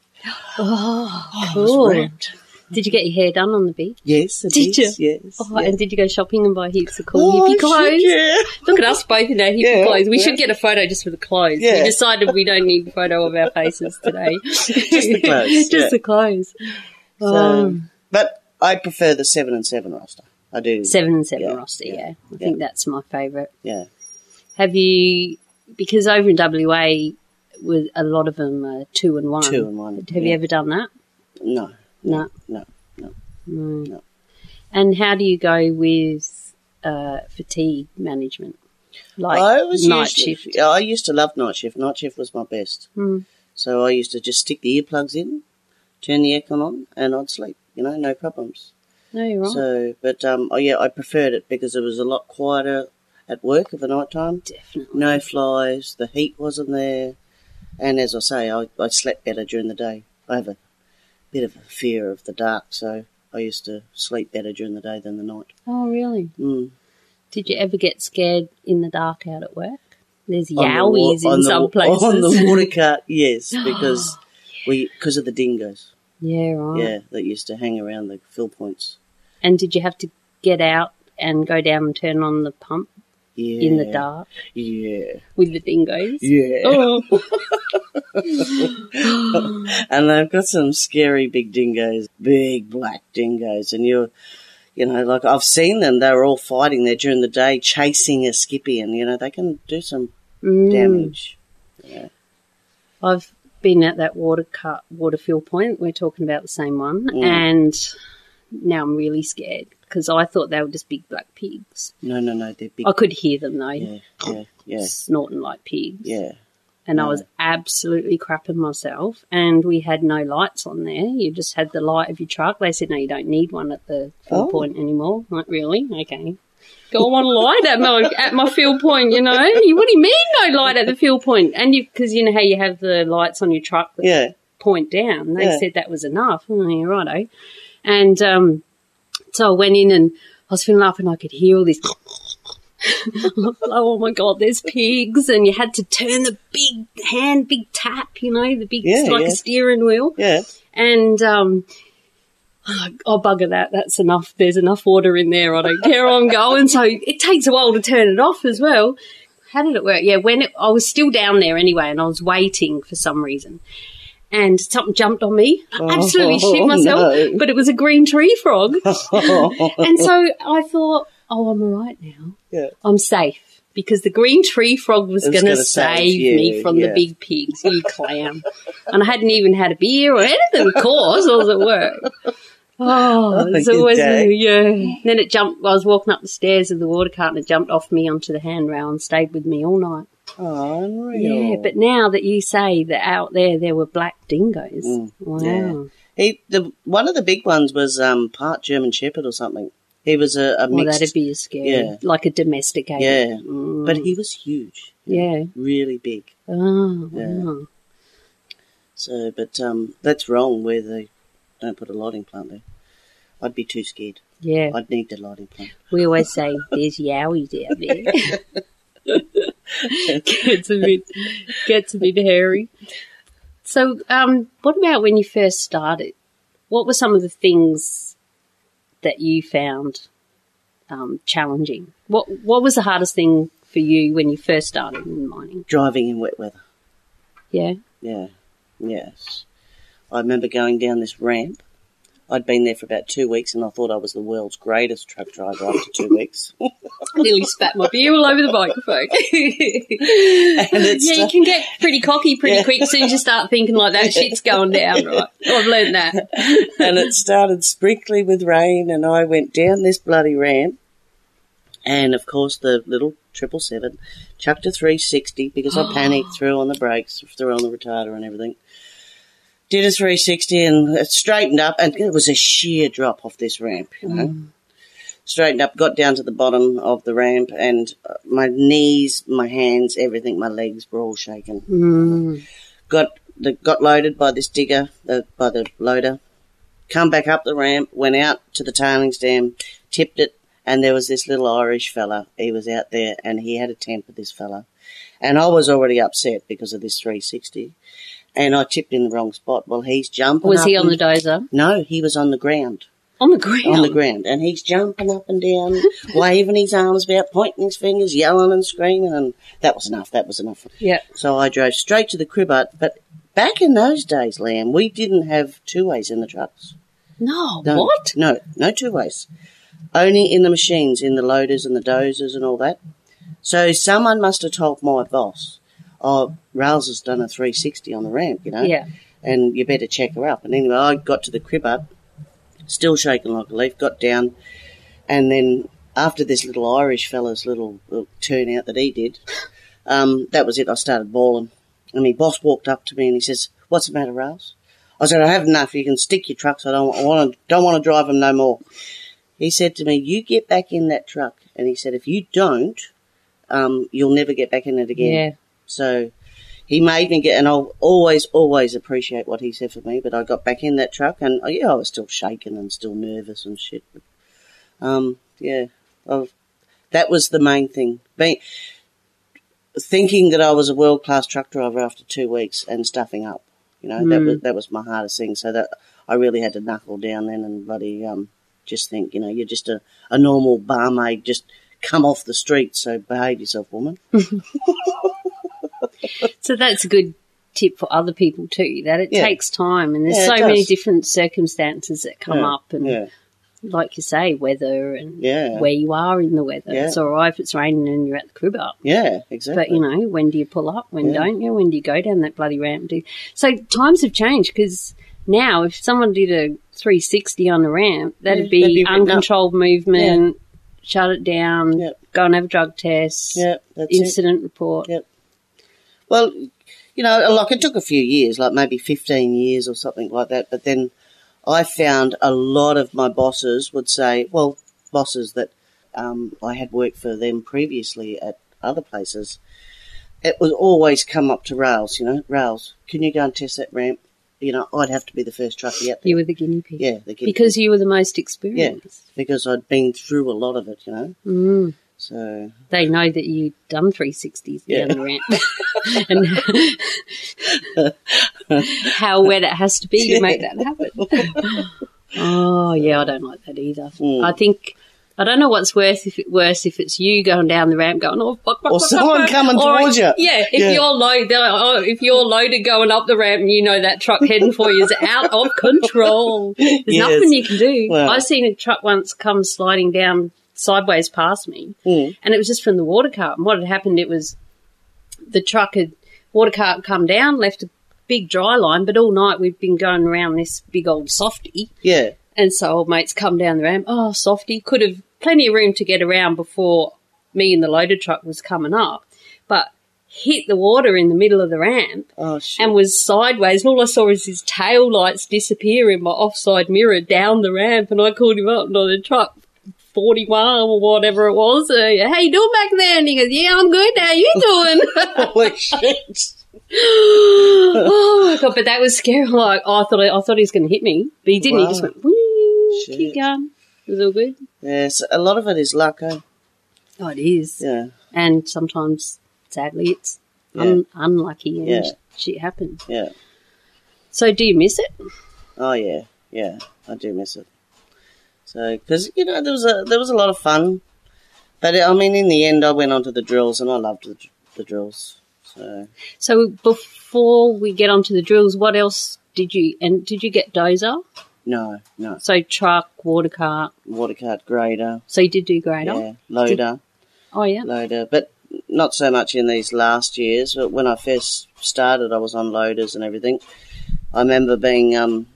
[SPEAKER 2] Oh,
[SPEAKER 1] I was
[SPEAKER 2] cool.
[SPEAKER 1] wrecked.
[SPEAKER 2] Did you get your hair done on the beach?
[SPEAKER 1] Yes, I
[SPEAKER 2] Did
[SPEAKER 1] did.
[SPEAKER 2] you?
[SPEAKER 1] Yes.
[SPEAKER 2] Oh,
[SPEAKER 1] yeah.
[SPEAKER 2] And did you go shopping and buy heaps of cool
[SPEAKER 1] Oh,
[SPEAKER 2] hippie clothes?
[SPEAKER 1] shit, yeah.
[SPEAKER 2] Look at us both in our hippie
[SPEAKER 1] Yeah,
[SPEAKER 2] clothes. We
[SPEAKER 1] yeah.
[SPEAKER 2] should get a photo just for the clothes. We
[SPEAKER 1] Yeah.
[SPEAKER 2] decided we don't need a photo of our faces
[SPEAKER 1] <laughs>
[SPEAKER 2] today. just
[SPEAKER 1] the clothes,
[SPEAKER 2] <laughs> just
[SPEAKER 1] yeah.
[SPEAKER 2] the clothes.
[SPEAKER 1] So,
[SPEAKER 2] Um,
[SPEAKER 1] but I prefer the seven and seven roster. I do.
[SPEAKER 2] seven and seven
[SPEAKER 1] yeah,
[SPEAKER 2] roster. Yeah,
[SPEAKER 1] yeah,
[SPEAKER 2] I think that's my favourite.
[SPEAKER 1] Yeah.
[SPEAKER 2] Have you? Because over in WA, with a lot of them are two and one.
[SPEAKER 1] Two and one,
[SPEAKER 2] Have you
[SPEAKER 1] yeah.
[SPEAKER 2] ever done that?
[SPEAKER 1] No.
[SPEAKER 2] No.
[SPEAKER 1] No. No.
[SPEAKER 2] Mm.
[SPEAKER 1] No.
[SPEAKER 2] And how do you go with uh, fatigue management? Like
[SPEAKER 1] I was
[SPEAKER 2] night
[SPEAKER 1] usually,
[SPEAKER 2] shift.
[SPEAKER 1] yeah, I used to love night shift. Night shift was my best.
[SPEAKER 2] Mm.
[SPEAKER 1] So I used to just stick the earplugs in, turn the aircon on, and I'd sleep. You know, no problems.
[SPEAKER 2] No, you're right.
[SPEAKER 1] So, but um, oh yeah, I preferred it because it was a lot quieter at work at the night time.
[SPEAKER 2] Definitely.
[SPEAKER 1] No flies. The heat wasn't there, and as I say, I, I slept better during the day. I have a bit of a fear of the dark, so I used to sleep better during the day than the night.
[SPEAKER 2] Oh, really?
[SPEAKER 1] Mm.
[SPEAKER 2] Did you ever get scared in the dark out at work? There's
[SPEAKER 1] On the wa- <laughs>
[SPEAKER 2] yowies
[SPEAKER 1] on
[SPEAKER 2] in
[SPEAKER 1] the-
[SPEAKER 2] some places. Oh,
[SPEAKER 1] On the water cart,
[SPEAKER 2] <gasps>
[SPEAKER 1] yes, because we because of the dingoes,
[SPEAKER 2] <laughs> yeah, right.
[SPEAKER 1] yeah, that used to hang around the fill points.
[SPEAKER 2] And did you have to get out and go down and turn on the pump
[SPEAKER 1] Yeah,
[SPEAKER 2] in the dark
[SPEAKER 1] Yeah,
[SPEAKER 2] with the dingoes?
[SPEAKER 1] yeah.
[SPEAKER 2] Oh,
[SPEAKER 1] And they've got some scary big dingoes, big black dingoes, and you're. You know, like I've seen them, they were all fighting there during the day, chasing a skippy, and you know, they can do some
[SPEAKER 2] Mm.
[SPEAKER 1] damage.
[SPEAKER 2] <laughs> I've been at that water cut, water fill point. We're talking about the same one,
[SPEAKER 1] Mm.
[SPEAKER 2] and now I'm really scared because I thought they were just big black pigs.
[SPEAKER 1] No, no, no, they're big.
[SPEAKER 2] I could hear them though,
[SPEAKER 1] Yeah, yeah, yeah,
[SPEAKER 2] snorting like pigs.
[SPEAKER 1] yeah.
[SPEAKER 2] and I
[SPEAKER 1] No.
[SPEAKER 2] was absolutely crapping myself. And we had no lights on there. You just had the light of your truck. They said, no, you don't need one at the fuel
[SPEAKER 1] Oh.
[SPEAKER 2] point anymore. I'm like, really? Okay. Got one light at my at my fuel point, you know. You, what do you mean no light at the fuel point? And you because you know how you have the lights on your truck that
[SPEAKER 1] Yeah,
[SPEAKER 2] point down. They
[SPEAKER 1] Yeah.
[SPEAKER 2] said that was enough. Oh, yeah, righto. And um, so I went in and I was filling up and I could hear all this <laughs> oh my god, there's pigs, and you had to turn the big hand, big tap, you know, the big
[SPEAKER 1] Yeah,
[SPEAKER 2] like
[SPEAKER 1] yeah.
[SPEAKER 2] a steering wheel. <laughs>
[SPEAKER 1] Yeah. <laughs>
[SPEAKER 2] And um, <sighs> I'll bugger that. That's enough. There's enough water in there. I don't care. I'm going. So it takes a while to turn it off as well. How did it work? Yeah, when it, I was still down there anyway, and I was waiting for some reason. And something jumped on me. I absolutely
[SPEAKER 1] Oh, <laughs>
[SPEAKER 2] shit myself.
[SPEAKER 1] no.
[SPEAKER 2] But it was a green tree frog. and
[SPEAKER 1] <laughs>
[SPEAKER 2] so I thought, oh, I'm all right now.
[SPEAKER 1] Yeah.
[SPEAKER 2] I'm safe because the green tree frog was
[SPEAKER 1] It was
[SPEAKER 2] going to
[SPEAKER 1] gonna save
[SPEAKER 2] save
[SPEAKER 1] you,
[SPEAKER 2] me from
[SPEAKER 1] yeah.
[SPEAKER 2] the big pigs,
[SPEAKER 1] <laughs>
[SPEAKER 2] you clown. and I hadn't even had a beer or anything, of course, I was at work.
[SPEAKER 1] <laughs>
[SPEAKER 2] Oh, it's
[SPEAKER 1] good
[SPEAKER 2] always,
[SPEAKER 1] day.
[SPEAKER 2] yeah. Then it jumped, I was walking up the stairs of the water cart and it jumped off me onto the handrail and stayed with me all night.
[SPEAKER 1] Oh, unreal.
[SPEAKER 2] Yeah, but now that you say that out there there were black dingoes, wow.
[SPEAKER 1] Mm, yeah. he the one of the big ones was um, part German Shepherd or something. He was a, a
[SPEAKER 2] Well,
[SPEAKER 1] mixed,
[SPEAKER 2] that'd be scary.
[SPEAKER 1] Yeah.
[SPEAKER 2] Like a domesticated.
[SPEAKER 1] yeah,
[SPEAKER 2] Mm.
[SPEAKER 1] but he was huge,
[SPEAKER 2] yeah.
[SPEAKER 1] really big.
[SPEAKER 2] Oh,
[SPEAKER 1] Yeah.
[SPEAKER 2] wow.
[SPEAKER 1] So, but um, that's wrong where they don't put a lighting plant there. I'd be too scared.
[SPEAKER 2] Yeah.
[SPEAKER 1] I'd need the lighting plant.
[SPEAKER 2] We always say there's yowies out there. <laughs> gets a bit gets a bit hairy. So, um, what about when you first started? What were some of the things that you found um, challenging? What What was the hardest thing for you when you first started in mining?
[SPEAKER 1] Driving in wet weather.
[SPEAKER 2] Yeah,
[SPEAKER 1] Yeah, yes. I remember going down this ramp. I'd been there for about two weeks, and I thought I was the world's greatest truck driver after two weeks.
[SPEAKER 2] I nearly spat my beer all over
[SPEAKER 1] <laughs>
[SPEAKER 2] the microphone.
[SPEAKER 1] it's,
[SPEAKER 2] yeah, you
[SPEAKER 1] uh,
[SPEAKER 2] can get pretty cocky pretty
[SPEAKER 1] Yeah.
[SPEAKER 2] quick as soon as you start thinking like that. Shit's going down, right? Oh, I've learned that.
[SPEAKER 1] and it started sprinkly with rain, and I went down this bloody ramp. And of course, the little triple seven chucked a three sixty because I panicked, threw on the brakes, threw on the retarder, and everything. Did a three sixty, and it straightened up, and it was a sheer drop off this ramp, you know. Straightened up, got down to the bottom of the ramp, and uh, my knees, my hands, everything, my legs were all shaking
[SPEAKER 2] Mm.
[SPEAKER 1] got the, got loaded by this digger, the, by the loader. Come back up the ramp, went out to the tailings dam, tipped it, and there was this little Irish fella. He was out there, and he had a temper. This fella, and I was already upset because of this 360, and I tipped in the wrong spot. Well, he's jumping.
[SPEAKER 2] Was
[SPEAKER 1] up
[SPEAKER 2] he on the
[SPEAKER 1] and-
[SPEAKER 2] dozer?
[SPEAKER 1] No, he was on the ground
[SPEAKER 2] On the ground.
[SPEAKER 1] on the ground, and he's jumping up and down, <laughs> waving his arms about, pointing his fingers, yelling and screaming, and that was enough. That was enough.
[SPEAKER 2] Yeah.
[SPEAKER 1] So I drove straight to the cribbut. But back in those days, Liam, we didn't have two ways in the trucks.
[SPEAKER 2] No,
[SPEAKER 1] No,
[SPEAKER 2] What?
[SPEAKER 1] No, no two ways. Only in the machines, in the loaders and the dozers and all that. So someone must have told my boss, "Oh, Rails has done a 360 on the ramp, you know,
[SPEAKER 2] Yeah.
[SPEAKER 1] and you better check her up." And anyway, I got to the cribbut, still shaking like a leaf. Got down, and then after this little Irish fella's little, little turnout that he did, um, that was it. I started bawling. And my boss walked up to me and he says, What's the matter, Rails? I said, I have enough. You can stick your trucks. I don't want to, don't want to drive them no more. He said to me, You get back in that truck. And he said, If you don't, um, you'll never get back in it again.
[SPEAKER 2] Yeah.
[SPEAKER 1] So he made me get, and I'll always, always appreciate what he said for me. But I got back in that truck, and oh, yeah, I was still shaken and still nervous and shit. But, um, yeah, I've, that was the main thing. Being, thinking that I was a world class truck driver after two weeks and stuffing up, you know, that was that was my hardest thing. So that I really had to knuckle down then and bloody um, just think, you know, you're just a, a normal barmaid, just come off the street. So behave yourself, woman.
[SPEAKER 2] So that's a good tip for other people too. That it
[SPEAKER 1] Yeah.
[SPEAKER 2] takes time, and there's
[SPEAKER 1] Yeah, it
[SPEAKER 2] so many
[SPEAKER 1] does.
[SPEAKER 2] different circumstances that come
[SPEAKER 1] Yeah,
[SPEAKER 2] up, and
[SPEAKER 1] Yeah,
[SPEAKER 2] like you say, weather and
[SPEAKER 1] Yeah.
[SPEAKER 2] where you are in the weather.
[SPEAKER 1] Yeah.
[SPEAKER 2] It's all right if it's raining and you're at the crib up.
[SPEAKER 1] yeah, exactly.
[SPEAKER 2] But you know, when do you pull up? When
[SPEAKER 1] Yeah.
[SPEAKER 2] don't you? When do you go down that bloody ramp? Do so times have changed because now if someone did a 360 on the ramp, that'd
[SPEAKER 1] Yeah,
[SPEAKER 2] be,
[SPEAKER 1] that'd be written up.
[SPEAKER 2] uncontrolled movement, shut it down,
[SPEAKER 1] Yep.
[SPEAKER 2] go and have a drug test,
[SPEAKER 1] yeah, that's it.
[SPEAKER 2] incident report.
[SPEAKER 1] Yep. Well, you know, like it took a few years, like maybe 15 years or something like that. But then I found a lot of my bosses would say, well, bosses that um, I had worked for them previously at other places, it would always come up to rails, you know, rails, can you go and test that ramp? You know, I'd have to be the first truckie out there.
[SPEAKER 2] You were the guinea pig.
[SPEAKER 1] Yeah, the kid-
[SPEAKER 2] because you were the most experienced.
[SPEAKER 1] because I'd been through a lot of it, you know.
[SPEAKER 2] Mm.
[SPEAKER 1] So
[SPEAKER 2] They know that you done 360s
[SPEAKER 1] Yeah.
[SPEAKER 2] down the ramp <laughs> and <laughs> how wet it has to be to make that
[SPEAKER 1] <laughs>
[SPEAKER 2] happen. oh, yeah, I don't like that either.
[SPEAKER 1] Mm.
[SPEAKER 2] I think. I don't know what's worse if it, worse if it's you going down the ramp going oh fuck, fuck,
[SPEAKER 1] Or
[SPEAKER 2] fuck,
[SPEAKER 1] someone
[SPEAKER 2] fuck, fuck,"
[SPEAKER 1] coming
[SPEAKER 2] or-
[SPEAKER 1] towards you.
[SPEAKER 2] yeah if
[SPEAKER 1] Yeah.
[SPEAKER 2] you're low they're like, oh, if you're loaded going up the ramp and you know that truck heading for you is out of
[SPEAKER 1] <laughs>
[SPEAKER 2] control there's
[SPEAKER 1] Yes.
[SPEAKER 2] nothing you can do
[SPEAKER 1] Well-
[SPEAKER 2] I seen a truck once come sliding down sideways past me
[SPEAKER 1] Mm.
[SPEAKER 2] and it was just from the water cart. And what had happened, it was the truck had water cart come down, left a big dry line, but all night we've been going around this big old softy,
[SPEAKER 1] yeah,
[SPEAKER 2] and so old mates come down the ramp. Oh, softy could have plenty of room to get around before me and the loader truck was coming up, but hit the water in the middle of the ramp
[SPEAKER 1] oh shit,
[SPEAKER 2] and was sideways. And all I saw was his tail lights disappear in my offside mirror down the ramp. And I called him up and on the truck. 41 or whatever it was. Uh, how you doing back there? And he goes, yeah, I'm good. How you doing? <laughs>
[SPEAKER 1] <laughs> holy shit.
[SPEAKER 2] oh my God. But that was scary. <laughs> Like, I thought, I thought he was going to hit me, but he didn't. He just
[SPEAKER 1] Wow.
[SPEAKER 2] went, woo,
[SPEAKER 1] Shit.
[SPEAKER 2] keep going. It was all good.
[SPEAKER 1] Yes, a lot of it is luck. Eh?
[SPEAKER 2] Oh, it is.
[SPEAKER 1] Yeah,
[SPEAKER 2] And sometimes, sadly, it's
[SPEAKER 1] Yeah.
[SPEAKER 2] un- unlucky and
[SPEAKER 1] Yeah.
[SPEAKER 2] shit happens.
[SPEAKER 1] yeah.
[SPEAKER 2] So do you miss it?
[SPEAKER 1] Oh yeah, yeah. I do miss it. So because you know there was a there was a lot of fun, but I mean in the end I went on to the drills and I loved the, dr- the drills. So
[SPEAKER 2] So before we get onto the drills, what else did you and did you get dozer?
[SPEAKER 1] no, no
[SPEAKER 2] So truck, water cart.
[SPEAKER 1] water cart grader,
[SPEAKER 2] So you did do grader.
[SPEAKER 1] yeah, loader,
[SPEAKER 2] Oh yeah.
[SPEAKER 1] loader, but not so much in these last years. But when I first started, I was on loaders and everything. I remember being um,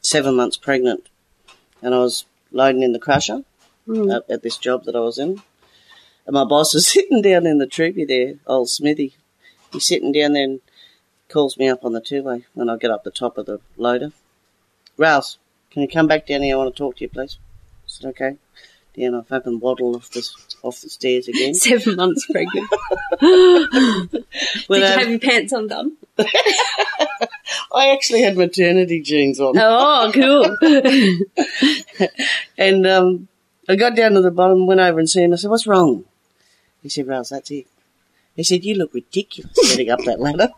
[SPEAKER 1] seven months pregnant, and I was loading in the crusher.
[SPEAKER 2] Mm.
[SPEAKER 1] at, at this job that I was in. And my boss was <laughs> sitting down in the troopy there, old Smithy. He's sitting down there and calls me up on the two way when I get up the top of the loader. Rouse, can you come back down here? I want to talk to you, please. I said, okay. Down I fucking waddle off the, off the stairs
[SPEAKER 2] <laughs>
[SPEAKER 1] again.
[SPEAKER 2] <laughs> Seven
[SPEAKER 1] <laughs>
[SPEAKER 2] months pregnant. did you
[SPEAKER 1] Without-
[SPEAKER 2] have your
[SPEAKER 1] <laughs>
[SPEAKER 2] pants undone?
[SPEAKER 1] I actually had maternity jeans on.
[SPEAKER 2] Oh, cool. <laughs>
[SPEAKER 1] And um, I got down to the bottom, went over and seen him. I said, "What's wrong?" He said, "Rouse, that's it." He said, "You look ridiculous getting up that ladder."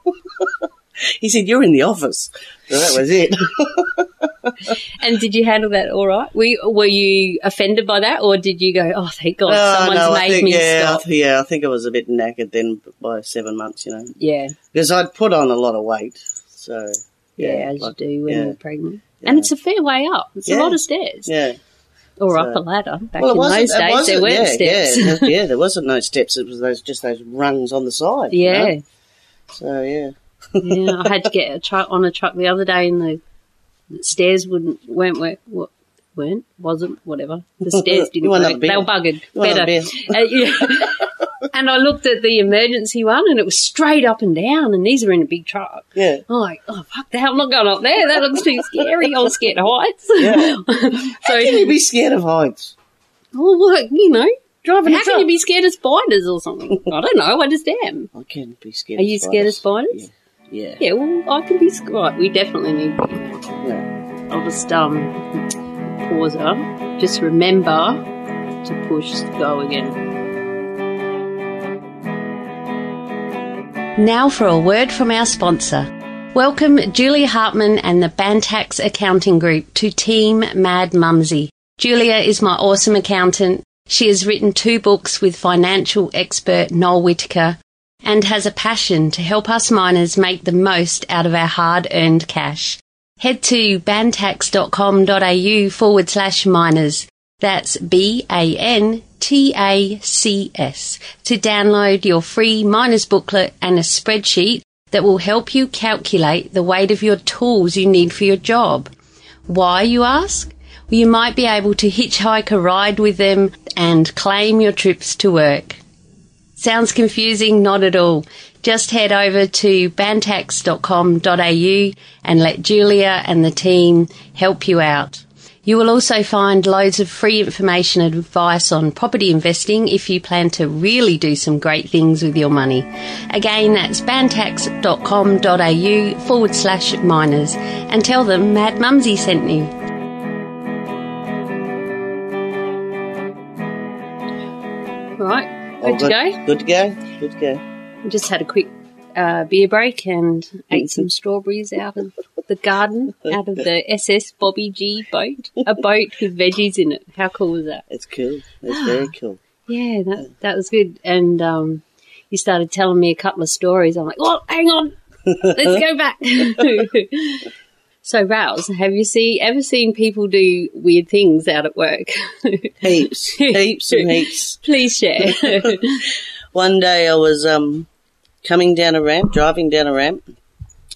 [SPEAKER 1] <laughs> he said, "You're in the office." So that was it.
[SPEAKER 2] and did you handle that all right? Were you, were you offended by that, or did you go, <laughs> "Oh, thank God,
[SPEAKER 1] Oh, <laughs>
[SPEAKER 2] someone's
[SPEAKER 1] no, I
[SPEAKER 2] made
[SPEAKER 1] think-
[SPEAKER 2] me
[SPEAKER 1] yeah, I
[SPEAKER 2] stop"?
[SPEAKER 1] th- yeah, I think I was a bit knackered then by seven months, you know,
[SPEAKER 2] Yeah,
[SPEAKER 1] because I'd put on a lot of weight. So
[SPEAKER 2] yeah,
[SPEAKER 1] yeah,
[SPEAKER 2] as
[SPEAKER 1] like-
[SPEAKER 2] you do when
[SPEAKER 1] yeah.
[SPEAKER 2] you're pregnant. And it's a fair way up. It's a
[SPEAKER 1] Yeah.
[SPEAKER 2] lot of stairs,
[SPEAKER 1] yeah.
[SPEAKER 2] or
[SPEAKER 1] So-
[SPEAKER 2] up a ladder. Back
[SPEAKER 1] Well, it
[SPEAKER 2] in
[SPEAKER 1] wasn't.
[SPEAKER 2] those
[SPEAKER 1] it
[SPEAKER 2] days, there
[SPEAKER 1] wasn't-
[SPEAKER 2] weren't
[SPEAKER 1] yeah,
[SPEAKER 2] steps. <laughs>
[SPEAKER 1] Yeah, there- yeah, there wasn't no steps. It was those just those rungs on the side. you
[SPEAKER 2] Yeah,
[SPEAKER 1] know? So yeah.
[SPEAKER 2] yeah. I had to get a truck on a truck the other day, and the, the stairs wouldn't weren't work. What, weren't wasn't whatever the <laughs> stairs
[SPEAKER 1] You
[SPEAKER 2] didn't
[SPEAKER 1] want
[SPEAKER 2] work
[SPEAKER 1] a beer.
[SPEAKER 2] they were buggered
[SPEAKER 1] You want a
[SPEAKER 2] better
[SPEAKER 1] beer.
[SPEAKER 2] Uh, <laughs> yeah. and I looked at the emergency one and it was straight up and down and these are in a big truck
[SPEAKER 1] Yeah.
[SPEAKER 2] I'm like oh fuck that I'm not going up there that looks too scary I was scared of heights
[SPEAKER 1] Yeah.
[SPEAKER 2] <laughs> so
[SPEAKER 1] You'd be scared of heights.
[SPEAKER 2] oh look you know
[SPEAKER 1] Driving
[SPEAKER 2] how can you be scared of spiders or something I don't know I just am
[SPEAKER 1] I can be scared.
[SPEAKER 2] Are you scared of spiders?
[SPEAKER 1] Yeah.
[SPEAKER 2] Yeah, well, I can be scared. Right, we definitely need.
[SPEAKER 1] Yeah.
[SPEAKER 2] I'll just um pause it. up. Just remember to push go again. Now for a word from our sponsor. Welcome Julia Hartman and the Bantax Accounting Group to Team Mad Mumsy. Julia is my awesome accountant. She has written two books with financial expert Noel Whitaker and has a passion to help us miners make the most out of our hard earned cash. Head to bantax.com.au forward slash miners. That's B A N T A C S to download your free miners booklet and a spreadsheet that will help you calculate the weight of your tools you need for your job. Why, you ask? Well, you might be able to hitchhike a ride with them and claim your trips to work. Sounds confusing? Not at all. Just head over to bantax.com.au and let Julia and the team help you out. You will also find loads of free information and advice on property investing if you plan to really do some great things with your money. Again, that's bantax.com.au forward slash miners and tell them Mad Mumsy sent you. Right, Good to go.
[SPEAKER 1] Good to go. Good to go.
[SPEAKER 2] We just had a quick uh, beer break and ate some strawberries out of the garden, out of the <laughs> SS Bobby G boat, a boat with veggies in it. How cool was that?
[SPEAKER 1] It's cool. It's
[SPEAKER 2] <gasps>
[SPEAKER 1] very cool.
[SPEAKER 2] Yeah, that that was good. And um, you started telling me a couple of stories. I'm like, oh, hang on, let's go <laughs> back. so, Rouse, have you see ever seen people do weird things out at work? <laughs>
[SPEAKER 1] Heaps, heaps and heaps.
[SPEAKER 2] Please share. <laughs>
[SPEAKER 1] One day I was um, coming down a ramp, driving down a ramp,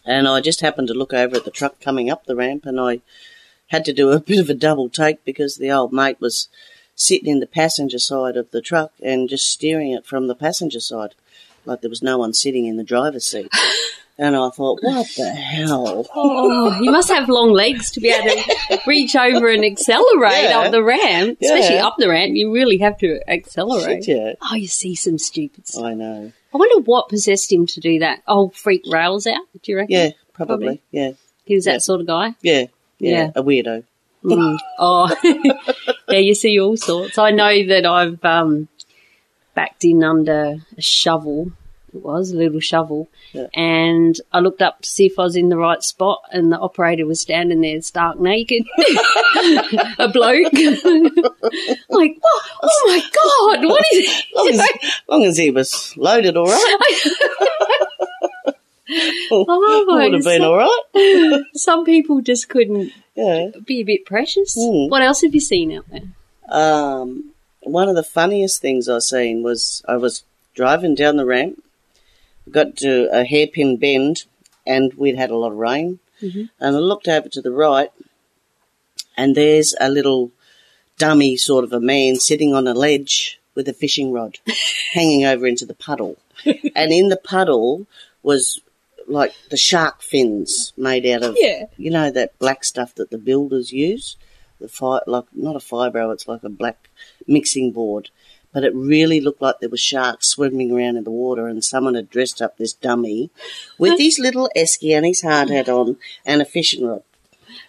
[SPEAKER 1] and I just happened to look over at the truck coming up the ramp, and I had to do a <laughs> bit of a double take because the old mate was sitting in the passenger side of the truck and just steering it from the passenger side, like there was no one sitting in the driver's
[SPEAKER 2] <gasps>
[SPEAKER 1] seat. And I thought, what the hell?
[SPEAKER 2] oh, you must have long legs to be able to reach over and accelerate
[SPEAKER 1] Yeah.
[SPEAKER 2] up the ramp,
[SPEAKER 1] Yeah.
[SPEAKER 2] especially up the ramp. You really have to accelerate.
[SPEAKER 1] Yeah. Oh.
[SPEAKER 2] Oh, you see some stupid stuff.
[SPEAKER 1] I know.
[SPEAKER 2] I wonder what possessed him to do that. Oh, freak rails out. Do you reckon?
[SPEAKER 1] Yeah, probably.
[SPEAKER 2] Probably.
[SPEAKER 1] Yeah.
[SPEAKER 2] He was that
[SPEAKER 1] Yeah.
[SPEAKER 2] sort of guy.
[SPEAKER 1] yeah.
[SPEAKER 2] Yeah.
[SPEAKER 1] Yeah. A weirdo.
[SPEAKER 2] Mm. <laughs> Oh, yeah, you see all sorts. I know that I've um, backed in under a shovel. It was a little shovel.
[SPEAKER 1] Yeah.
[SPEAKER 2] And I looked up to see if I was in the right spot, and the operator was standing there stark naked. <laughs> a bloke. <laughs> like, what? oh my God, what is
[SPEAKER 1] Long <laughs> as, long as he was loaded all <laughs> right.
[SPEAKER 2] <laughs> Oh,
[SPEAKER 1] would have
[SPEAKER 2] it's
[SPEAKER 1] been
[SPEAKER 2] so-
[SPEAKER 1] all right.
[SPEAKER 2] Some people just couldn't
[SPEAKER 1] Yeah.
[SPEAKER 2] be a bit precious.
[SPEAKER 1] Mm.
[SPEAKER 2] What else have you seen out there?
[SPEAKER 1] Um, one of the funniest things I seen was I was driving down the ramp, got to a hairpin bend, and we'd had a lot of rain.
[SPEAKER 2] Mhm.
[SPEAKER 1] And I looked over to the right, and there's a little dummy sort of a man sitting on a ledge with a fishing rod hanging over into the puddle. and in the puddle was like the shark fins made out of
[SPEAKER 2] Yeah.
[SPEAKER 1] you know that black stuff that the builders use the fi- like not a fibro it's like a black mixing board but it really looked like there were sharks swimming around in the water and someone had dressed up this dummy with his little esky and his hard hat on and a fishing rod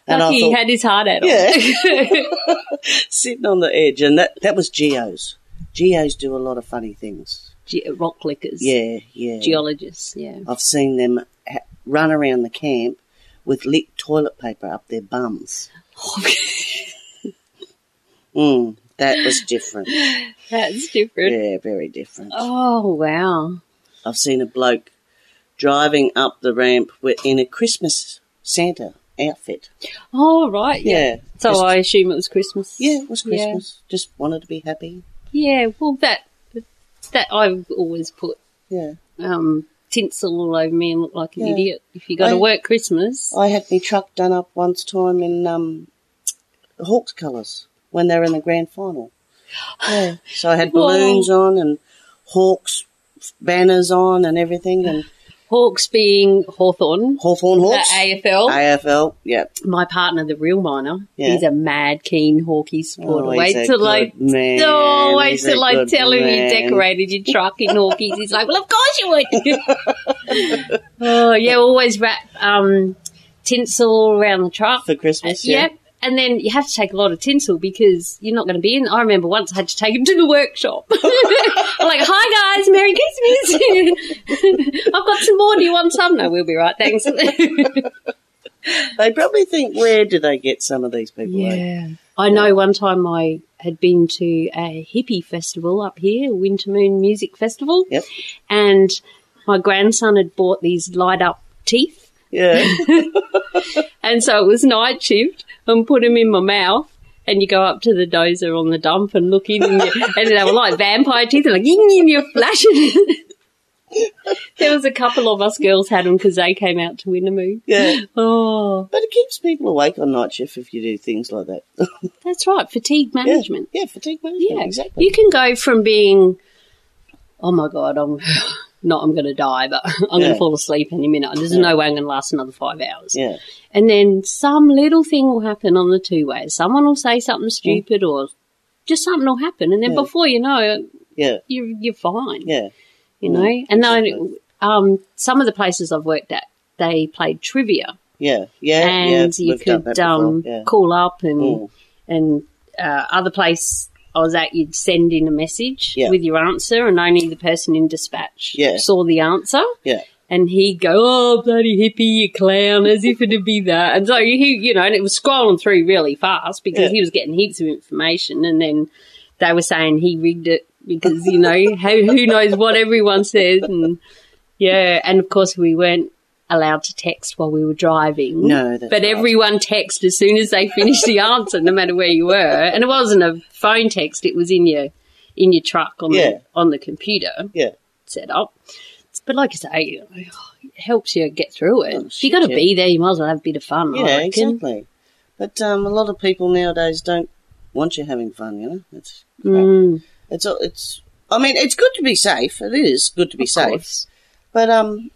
[SPEAKER 1] and
[SPEAKER 2] Lucky
[SPEAKER 1] i
[SPEAKER 2] he
[SPEAKER 1] thought
[SPEAKER 2] had his heart
[SPEAKER 1] <laughs>
[SPEAKER 2] out.
[SPEAKER 1] Yeah. <laughs> sitting on the edge and that that was geos geos do a lot of funny things
[SPEAKER 2] Ge- rock clickers.
[SPEAKER 1] yeah yeah
[SPEAKER 2] Geologists, yeah.
[SPEAKER 1] i've seen them ha- run around the camp with lit toilet paper up their bums
[SPEAKER 2] <laughs>
[SPEAKER 1] Mm, that was different.
[SPEAKER 2] That's different.
[SPEAKER 1] Yeah, very different.
[SPEAKER 2] Oh, wow.
[SPEAKER 1] I've seen a bloke driving up the ramp wi- in a Christmas Santa outfit.
[SPEAKER 2] Oh, right. Yeah.
[SPEAKER 1] Yeah.
[SPEAKER 2] So
[SPEAKER 1] just-
[SPEAKER 2] I assume it was Christmas.
[SPEAKER 1] yeah, it was
[SPEAKER 2] Yeah.
[SPEAKER 1] Christmas. Just wanted to be happy.
[SPEAKER 2] Yeah. Well, that, that I've always put
[SPEAKER 1] Yeah.
[SPEAKER 2] um, tinsel all over me and look like an
[SPEAKER 1] Yeah.
[SPEAKER 2] idiot if you got to
[SPEAKER 1] I-
[SPEAKER 2] work Christmas.
[SPEAKER 1] I had my truck done up once time in um, Hawks colours when they were in the grand final. Yeah. So I had
[SPEAKER 2] Wow.
[SPEAKER 1] balloons on and Hawks banners on and everything and
[SPEAKER 2] Hawks being Hawthorn,
[SPEAKER 1] Hawthorn
[SPEAKER 2] the
[SPEAKER 1] Hawks.
[SPEAKER 2] AFL.
[SPEAKER 1] AFL, yeah.
[SPEAKER 2] my partner, the real miner,
[SPEAKER 1] Yeah.
[SPEAKER 2] he's a mad keen Hawkeye supporter.
[SPEAKER 1] Oh, he's
[SPEAKER 2] wait
[SPEAKER 1] a
[SPEAKER 2] till
[SPEAKER 1] good
[SPEAKER 2] I
[SPEAKER 1] man.
[SPEAKER 2] oh, wait
[SPEAKER 1] He's a
[SPEAKER 2] till I
[SPEAKER 1] good
[SPEAKER 2] tell him you
[SPEAKER 1] man.
[SPEAKER 2] decorated your truck in Hawkeye's. He's like, well, of course you would.
[SPEAKER 1] <laughs>
[SPEAKER 2] oh yeah, always wrap um, tinsel around the truck.
[SPEAKER 1] For Christmas, yeah.
[SPEAKER 2] Yep. And then you have to take a lot of tinsel because you're not going to be in. I remember once I had to take him to the workshop. <laughs> I'm like, hi guys, Merry Christmas. <laughs> I've got some more. Do you want some? No, we'll be right. Thanks. <laughs>
[SPEAKER 1] They probably think, where do they get some of these people? eh?
[SPEAKER 2] I know one time I had been to a hippie festival up here, Winter Moon Music Festival,
[SPEAKER 1] Yep.
[SPEAKER 2] and my grandson had bought these light up teeth.
[SPEAKER 1] Yeah.
[SPEAKER 2] And so it was night shift and put them in my mouth. And you go up to the dozer on the dump and look in, and,
[SPEAKER 1] <laughs>
[SPEAKER 2] you- and they were like vampire teeth, and like, ying, ying, you're flashing. <laughs> there was a couple of us girls had them because they came out to Wintermoon.
[SPEAKER 1] yeah.
[SPEAKER 2] Oh,
[SPEAKER 1] But it keeps people awake on night shift if you do things like that.
[SPEAKER 2] that's right, fatigue management.
[SPEAKER 1] Yeah, fatigue management.
[SPEAKER 2] Yeah,
[SPEAKER 1] exactly.
[SPEAKER 2] You can go from being, oh my god, I'm <laughs> not, I'm going to die, but <laughs> I'm going
[SPEAKER 1] Yeah.
[SPEAKER 2] to fall asleep any minute. There's no way I'm going to last another five hours.
[SPEAKER 1] yeah.
[SPEAKER 2] And then some little thing will happen on the two ways. Someone will say something stupid, or just something will happen, and then
[SPEAKER 1] Yeah.
[SPEAKER 2] before you know it,
[SPEAKER 1] Yeah.
[SPEAKER 2] you're you're fine.
[SPEAKER 1] Yeah.
[SPEAKER 2] You know, and then um, some of the places I've worked at, they played trivia,
[SPEAKER 1] Yeah. Yeah.
[SPEAKER 2] and
[SPEAKER 1] yeah.
[SPEAKER 2] you
[SPEAKER 1] We've done
[SPEAKER 2] could
[SPEAKER 1] that
[SPEAKER 2] um,
[SPEAKER 1] before, yeah.
[SPEAKER 2] call up and
[SPEAKER 1] Mm.
[SPEAKER 2] and uh, other place I was at, you'd send in a message
[SPEAKER 1] Yeah.
[SPEAKER 2] with your answer, and only the person in dispatch
[SPEAKER 1] Yeah.
[SPEAKER 2] saw the answer.
[SPEAKER 1] Yeah.
[SPEAKER 2] And he'd go, oh, bloody hippie, you clown, as if it'd be that. And so he, you know, and it was scrolling through really fast because
[SPEAKER 1] Yeah.
[SPEAKER 2] he was getting heaps of information. And then they were saying he rigged it because, you know, <laughs> how, who knows what everyone says. And yeah. And of course, we weren't allowed to text while we were driving.
[SPEAKER 1] No, that's
[SPEAKER 2] But
[SPEAKER 1] right.
[SPEAKER 2] everyone texted as soon as they finished the answer, no matter where you were. And it wasn't a phone text, it was in your, in your truck on,
[SPEAKER 1] Yeah.
[SPEAKER 2] the, on the computer
[SPEAKER 1] Yeah.
[SPEAKER 2] set up. But like I say, you know, it helps you get through it.
[SPEAKER 1] Oh,
[SPEAKER 2] if you got to
[SPEAKER 1] shit,
[SPEAKER 2] be there, you might as well have a bit of fun.
[SPEAKER 1] Yeah,
[SPEAKER 2] I reckon.
[SPEAKER 1] exactly. But um, a lot of people nowadays don't want you having fun. You know, it's uh,
[SPEAKER 2] Mm,
[SPEAKER 1] it's it's. I mean, it's good to be safe. It is good to be
[SPEAKER 2] of
[SPEAKER 1] safe,
[SPEAKER 2] course.
[SPEAKER 1] but um,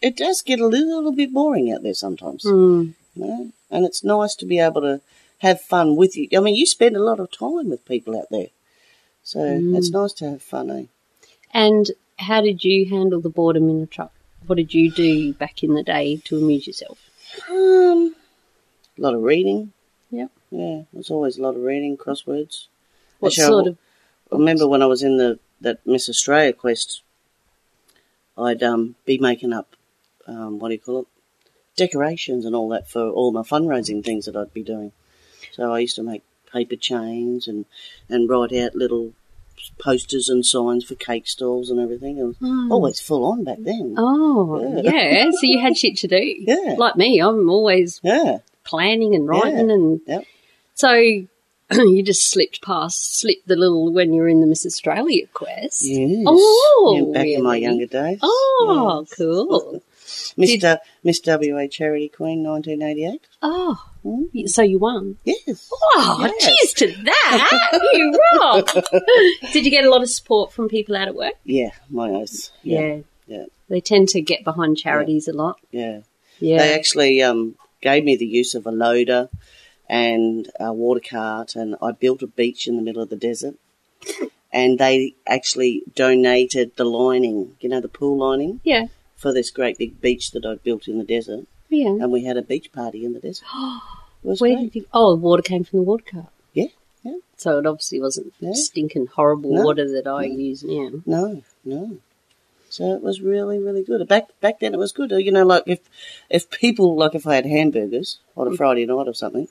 [SPEAKER 1] it does get a little bit boring out there sometimes.
[SPEAKER 2] Mm,
[SPEAKER 1] You know? And it's nice to be able to have fun with you. I mean, you spend a lot of time with people out there, so
[SPEAKER 2] Mm.
[SPEAKER 1] it's nice to have fun. Eh?
[SPEAKER 2] And how did you handle the boredom in the truck? What did you do back in the day to amuse yourself?
[SPEAKER 1] Um, a lot of reading.
[SPEAKER 2] Yep.
[SPEAKER 1] Yeah, there's always a lot of reading, crosswords.
[SPEAKER 2] What
[SPEAKER 1] Actually, I
[SPEAKER 2] sort
[SPEAKER 1] wa-
[SPEAKER 2] of?
[SPEAKER 1] I remember when I was in the that Miss Australia quest, I'd um, be making up, um, what do you call it, decorations and all that for all my fundraising things that I'd be doing. So I used to make paper chains and and write out little posters and signs for cake stalls and everything. It was always full on back then.
[SPEAKER 2] Mm. Oh,
[SPEAKER 1] Yeah.
[SPEAKER 2] yeah. So you had shit to do.
[SPEAKER 1] <laughs> Yeah.
[SPEAKER 2] Like me, I'm always
[SPEAKER 1] Yeah,
[SPEAKER 2] planning and writing and
[SPEAKER 1] Yep.
[SPEAKER 2] so <clears throat> you just slipped past, slipped the little when you were in the Miss Australia quest.
[SPEAKER 1] yes.
[SPEAKER 2] Oh,
[SPEAKER 1] Yeah, back in my
[SPEAKER 2] really?
[SPEAKER 1] younger days.
[SPEAKER 2] Oh, cool.
[SPEAKER 1] Yes. Miss, W Miss WA Charity Queen, 1988.
[SPEAKER 2] Oh,
[SPEAKER 1] Mm.
[SPEAKER 2] y- so you won.
[SPEAKER 1] Yes.
[SPEAKER 2] Oh,
[SPEAKER 1] Yes.
[SPEAKER 2] cheers to
[SPEAKER 1] <laughs>
[SPEAKER 2] that. you rock. Did you get a lot of support from people out at work?
[SPEAKER 1] Yeah, my eyes. Yeah.
[SPEAKER 2] They tend to get behind charities a lot.
[SPEAKER 1] yeah. They
[SPEAKER 2] Yeah.
[SPEAKER 1] actually um, gave me the use of a loader and a water cart, and I built a beach in the middle of the desert. And they actually donated the lining, you know, the pool lining
[SPEAKER 2] Yeah.
[SPEAKER 1] for this great big beach that I built in the desert.
[SPEAKER 2] Yeah.
[SPEAKER 1] And we had a beach party in the
[SPEAKER 2] <gasps>
[SPEAKER 1] desert. It was
[SPEAKER 2] Where
[SPEAKER 1] great.
[SPEAKER 2] did you, oh, the water came from the water cart.
[SPEAKER 1] Yeah, yeah.
[SPEAKER 2] So it obviously wasn't
[SPEAKER 1] No.
[SPEAKER 2] stinking horrible
[SPEAKER 1] No.
[SPEAKER 2] water that I use now.
[SPEAKER 1] No, no. So it was really, really good. Back back then, it was good. You know, like if if people like if I had hamburgers on a Friday night or something,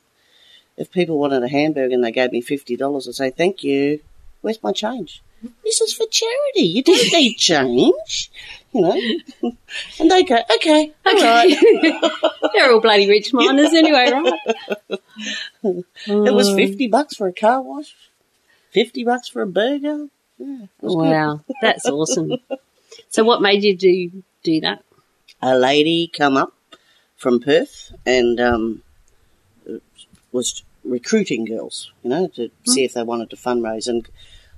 [SPEAKER 1] if people wanted a hamburger and they gave me fifty dollars, I'd say thank you. Where's my change? This is for charity. You don't need change, you know. <laughs> and they go, okay, all right.
[SPEAKER 2] <laughs> They're all bloody rich miners anyway, right?
[SPEAKER 1] It was
[SPEAKER 2] Mm.
[SPEAKER 1] fifty bucks for a car wash, fifty bucks for a burger. Yeah, it was good.
[SPEAKER 2] Wow, that's awesome. So, what made you do do that?
[SPEAKER 1] a lady come up from Perth and um, was recruiting girls, you know, to
[SPEAKER 2] Hmm.
[SPEAKER 1] see if they wanted to fundraise. And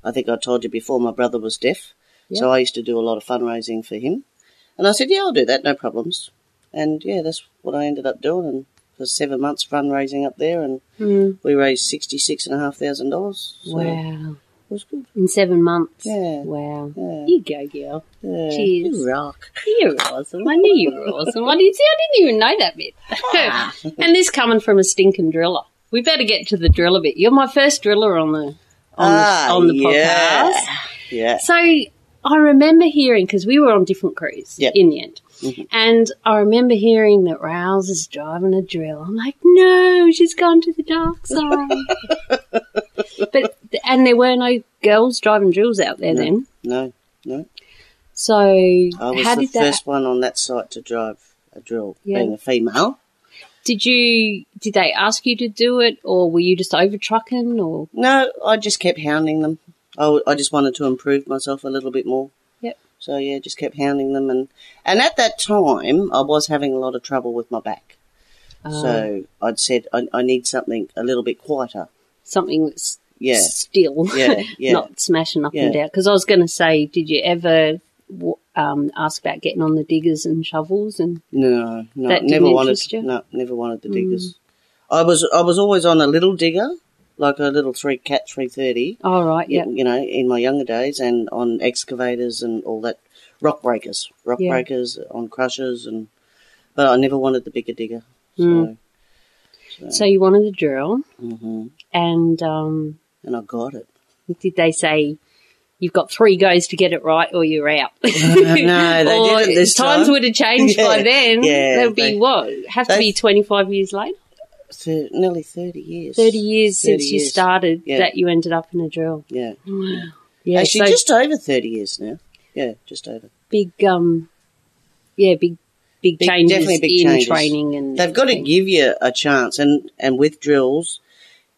[SPEAKER 1] I think I told you before, my brother was deaf, so I used to do a lot of fundraising for him. And I said, "Yeah, I'll do that, no problems." And yeah, that's what I ended up doing. And for seven months fundraising up there, and we raised sixty six and a half thousand dollars. So it
[SPEAKER 2] Wow,
[SPEAKER 1] was good.
[SPEAKER 2] in seven months.
[SPEAKER 1] Yeah.
[SPEAKER 2] Wow,
[SPEAKER 1] Yeah.
[SPEAKER 2] you go, girl.
[SPEAKER 1] Yeah.
[SPEAKER 2] Cheers.
[SPEAKER 1] You rock.
[SPEAKER 2] You're awesome. I knew you were awesome. I didn't see. I didn't even know that
[SPEAKER 1] Ah.
[SPEAKER 2] bit. <laughs> and this coming from a stinking driller. We better get to the driller bit. You're my first driller on the on,
[SPEAKER 1] Ah,
[SPEAKER 2] the, on the
[SPEAKER 1] yeah.
[SPEAKER 2] podcast.
[SPEAKER 1] Yeah.
[SPEAKER 2] So I remember hearing because we were on different crews
[SPEAKER 1] Yep.
[SPEAKER 2] in the end,
[SPEAKER 1] Mm-hmm.
[SPEAKER 2] and I remember hearing that Rouse is driving a drill. I'm like, no, she's gone to
[SPEAKER 1] <laughs>
[SPEAKER 2] the dark side. but and there were no girls driving drills out there then.
[SPEAKER 1] No. No.
[SPEAKER 2] So
[SPEAKER 1] I was
[SPEAKER 2] how
[SPEAKER 1] the
[SPEAKER 2] did that?
[SPEAKER 1] first one on that site to drive a drill,
[SPEAKER 2] Yeah.
[SPEAKER 1] being a female.
[SPEAKER 2] Did you? Did they ask you to do it, or were you just over trucking? Or
[SPEAKER 1] No, I just kept hounding them. I, w- I just wanted to improve myself a little bit more.
[SPEAKER 2] Yep.
[SPEAKER 1] So yeah, just kept hounding them, and and at that time I was having a lot of trouble with my back.
[SPEAKER 2] Uh-huh. um,
[SPEAKER 1] So I'd said I, I need something a little bit quieter.
[SPEAKER 2] something that's
[SPEAKER 1] Yeah.
[SPEAKER 2] still <laughs>
[SPEAKER 1] Yeah, yeah.
[SPEAKER 2] not smashing up and
[SPEAKER 1] Yeah.
[SPEAKER 2] down. Because I was going to say, did you ever w- um, ask about getting on the diggers and shovels? And
[SPEAKER 1] No, no,
[SPEAKER 2] That didn't
[SPEAKER 1] never wanted.
[SPEAKER 2] interest you? Mm.
[SPEAKER 1] No, never wanted the diggers. I was I was always on a little digger, like a little three cat three thirty.
[SPEAKER 2] all "Oh, right, yeah,
[SPEAKER 1] you know, in my younger days and on excavators and all that, rock breakers, rock
[SPEAKER 2] Yeah.
[SPEAKER 1] breakers on crushers and, but I never wanted the bigger digger. So,
[SPEAKER 2] Mm. So you wanted the drill,
[SPEAKER 1] hmm
[SPEAKER 2] and um,
[SPEAKER 1] and I got it.
[SPEAKER 2] did they say you've got three goes to get it right or you're
[SPEAKER 1] <laughs>
[SPEAKER 2] out?
[SPEAKER 1] no, they
[SPEAKER 2] <laughs> or
[SPEAKER 1] didn't this
[SPEAKER 2] times
[SPEAKER 1] time.
[SPEAKER 2] would have changed by
[SPEAKER 1] Yeah,
[SPEAKER 2] then.
[SPEAKER 1] yeah,
[SPEAKER 2] that would be
[SPEAKER 1] they-
[SPEAKER 2] what? Have to
[SPEAKER 1] they-
[SPEAKER 2] be 25 years later?
[SPEAKER 1] Thir- nearly 30 years.
[SPEAKER 2] 30 years
[SPEAKER 1] 30
[SPEAKER 2] since you
[SPEAKER 1] years.
[SPEAKER 2] started
[SPEAKER 1] Yeah.
[SPEAKER 2] that you ended up in a drill.
[SPEAKER 1] Yeah.
[SPEAKER 2] Yeah,
[SPEAKER 1] Actually,
[SPEAKER 2] so
[SPEAKER 1] just over 30 years now. Yeah, just over.
[SPEAKER 2] big, um, yeah, big, big,
[SPEAKER 1] Big-
[SPEAKER 2] changes
[SPEAKER 1] definitely big
[SPEAKER 2] in
[SPEAKER 1] changes.
[SPEAKER 2] training and
[SPEAKER 1] They've got to give you a chance, and, and with drills,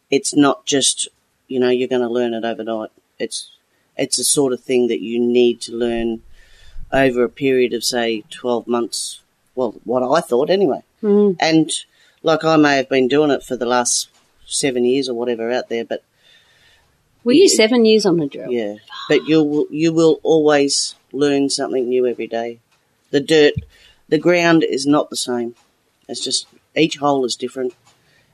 [SPEAKER 1] it's not just, you know, you're going to learn it overnight. It's, it's the sort of thing that you need to learn over a period of, say, 12 months. Well, what I thought anyway.
[SPEAKER 2] Mm,
[SPEAKER 1] And like I may have been doing it for the last seven years or whatever out there, but
[SPEAKER 2] were you seven years on a drill?
[SPEAKER 1] Yeah, but you will you will always learn something new every day. The dirt, the ground is not the same. It's just each hole is different,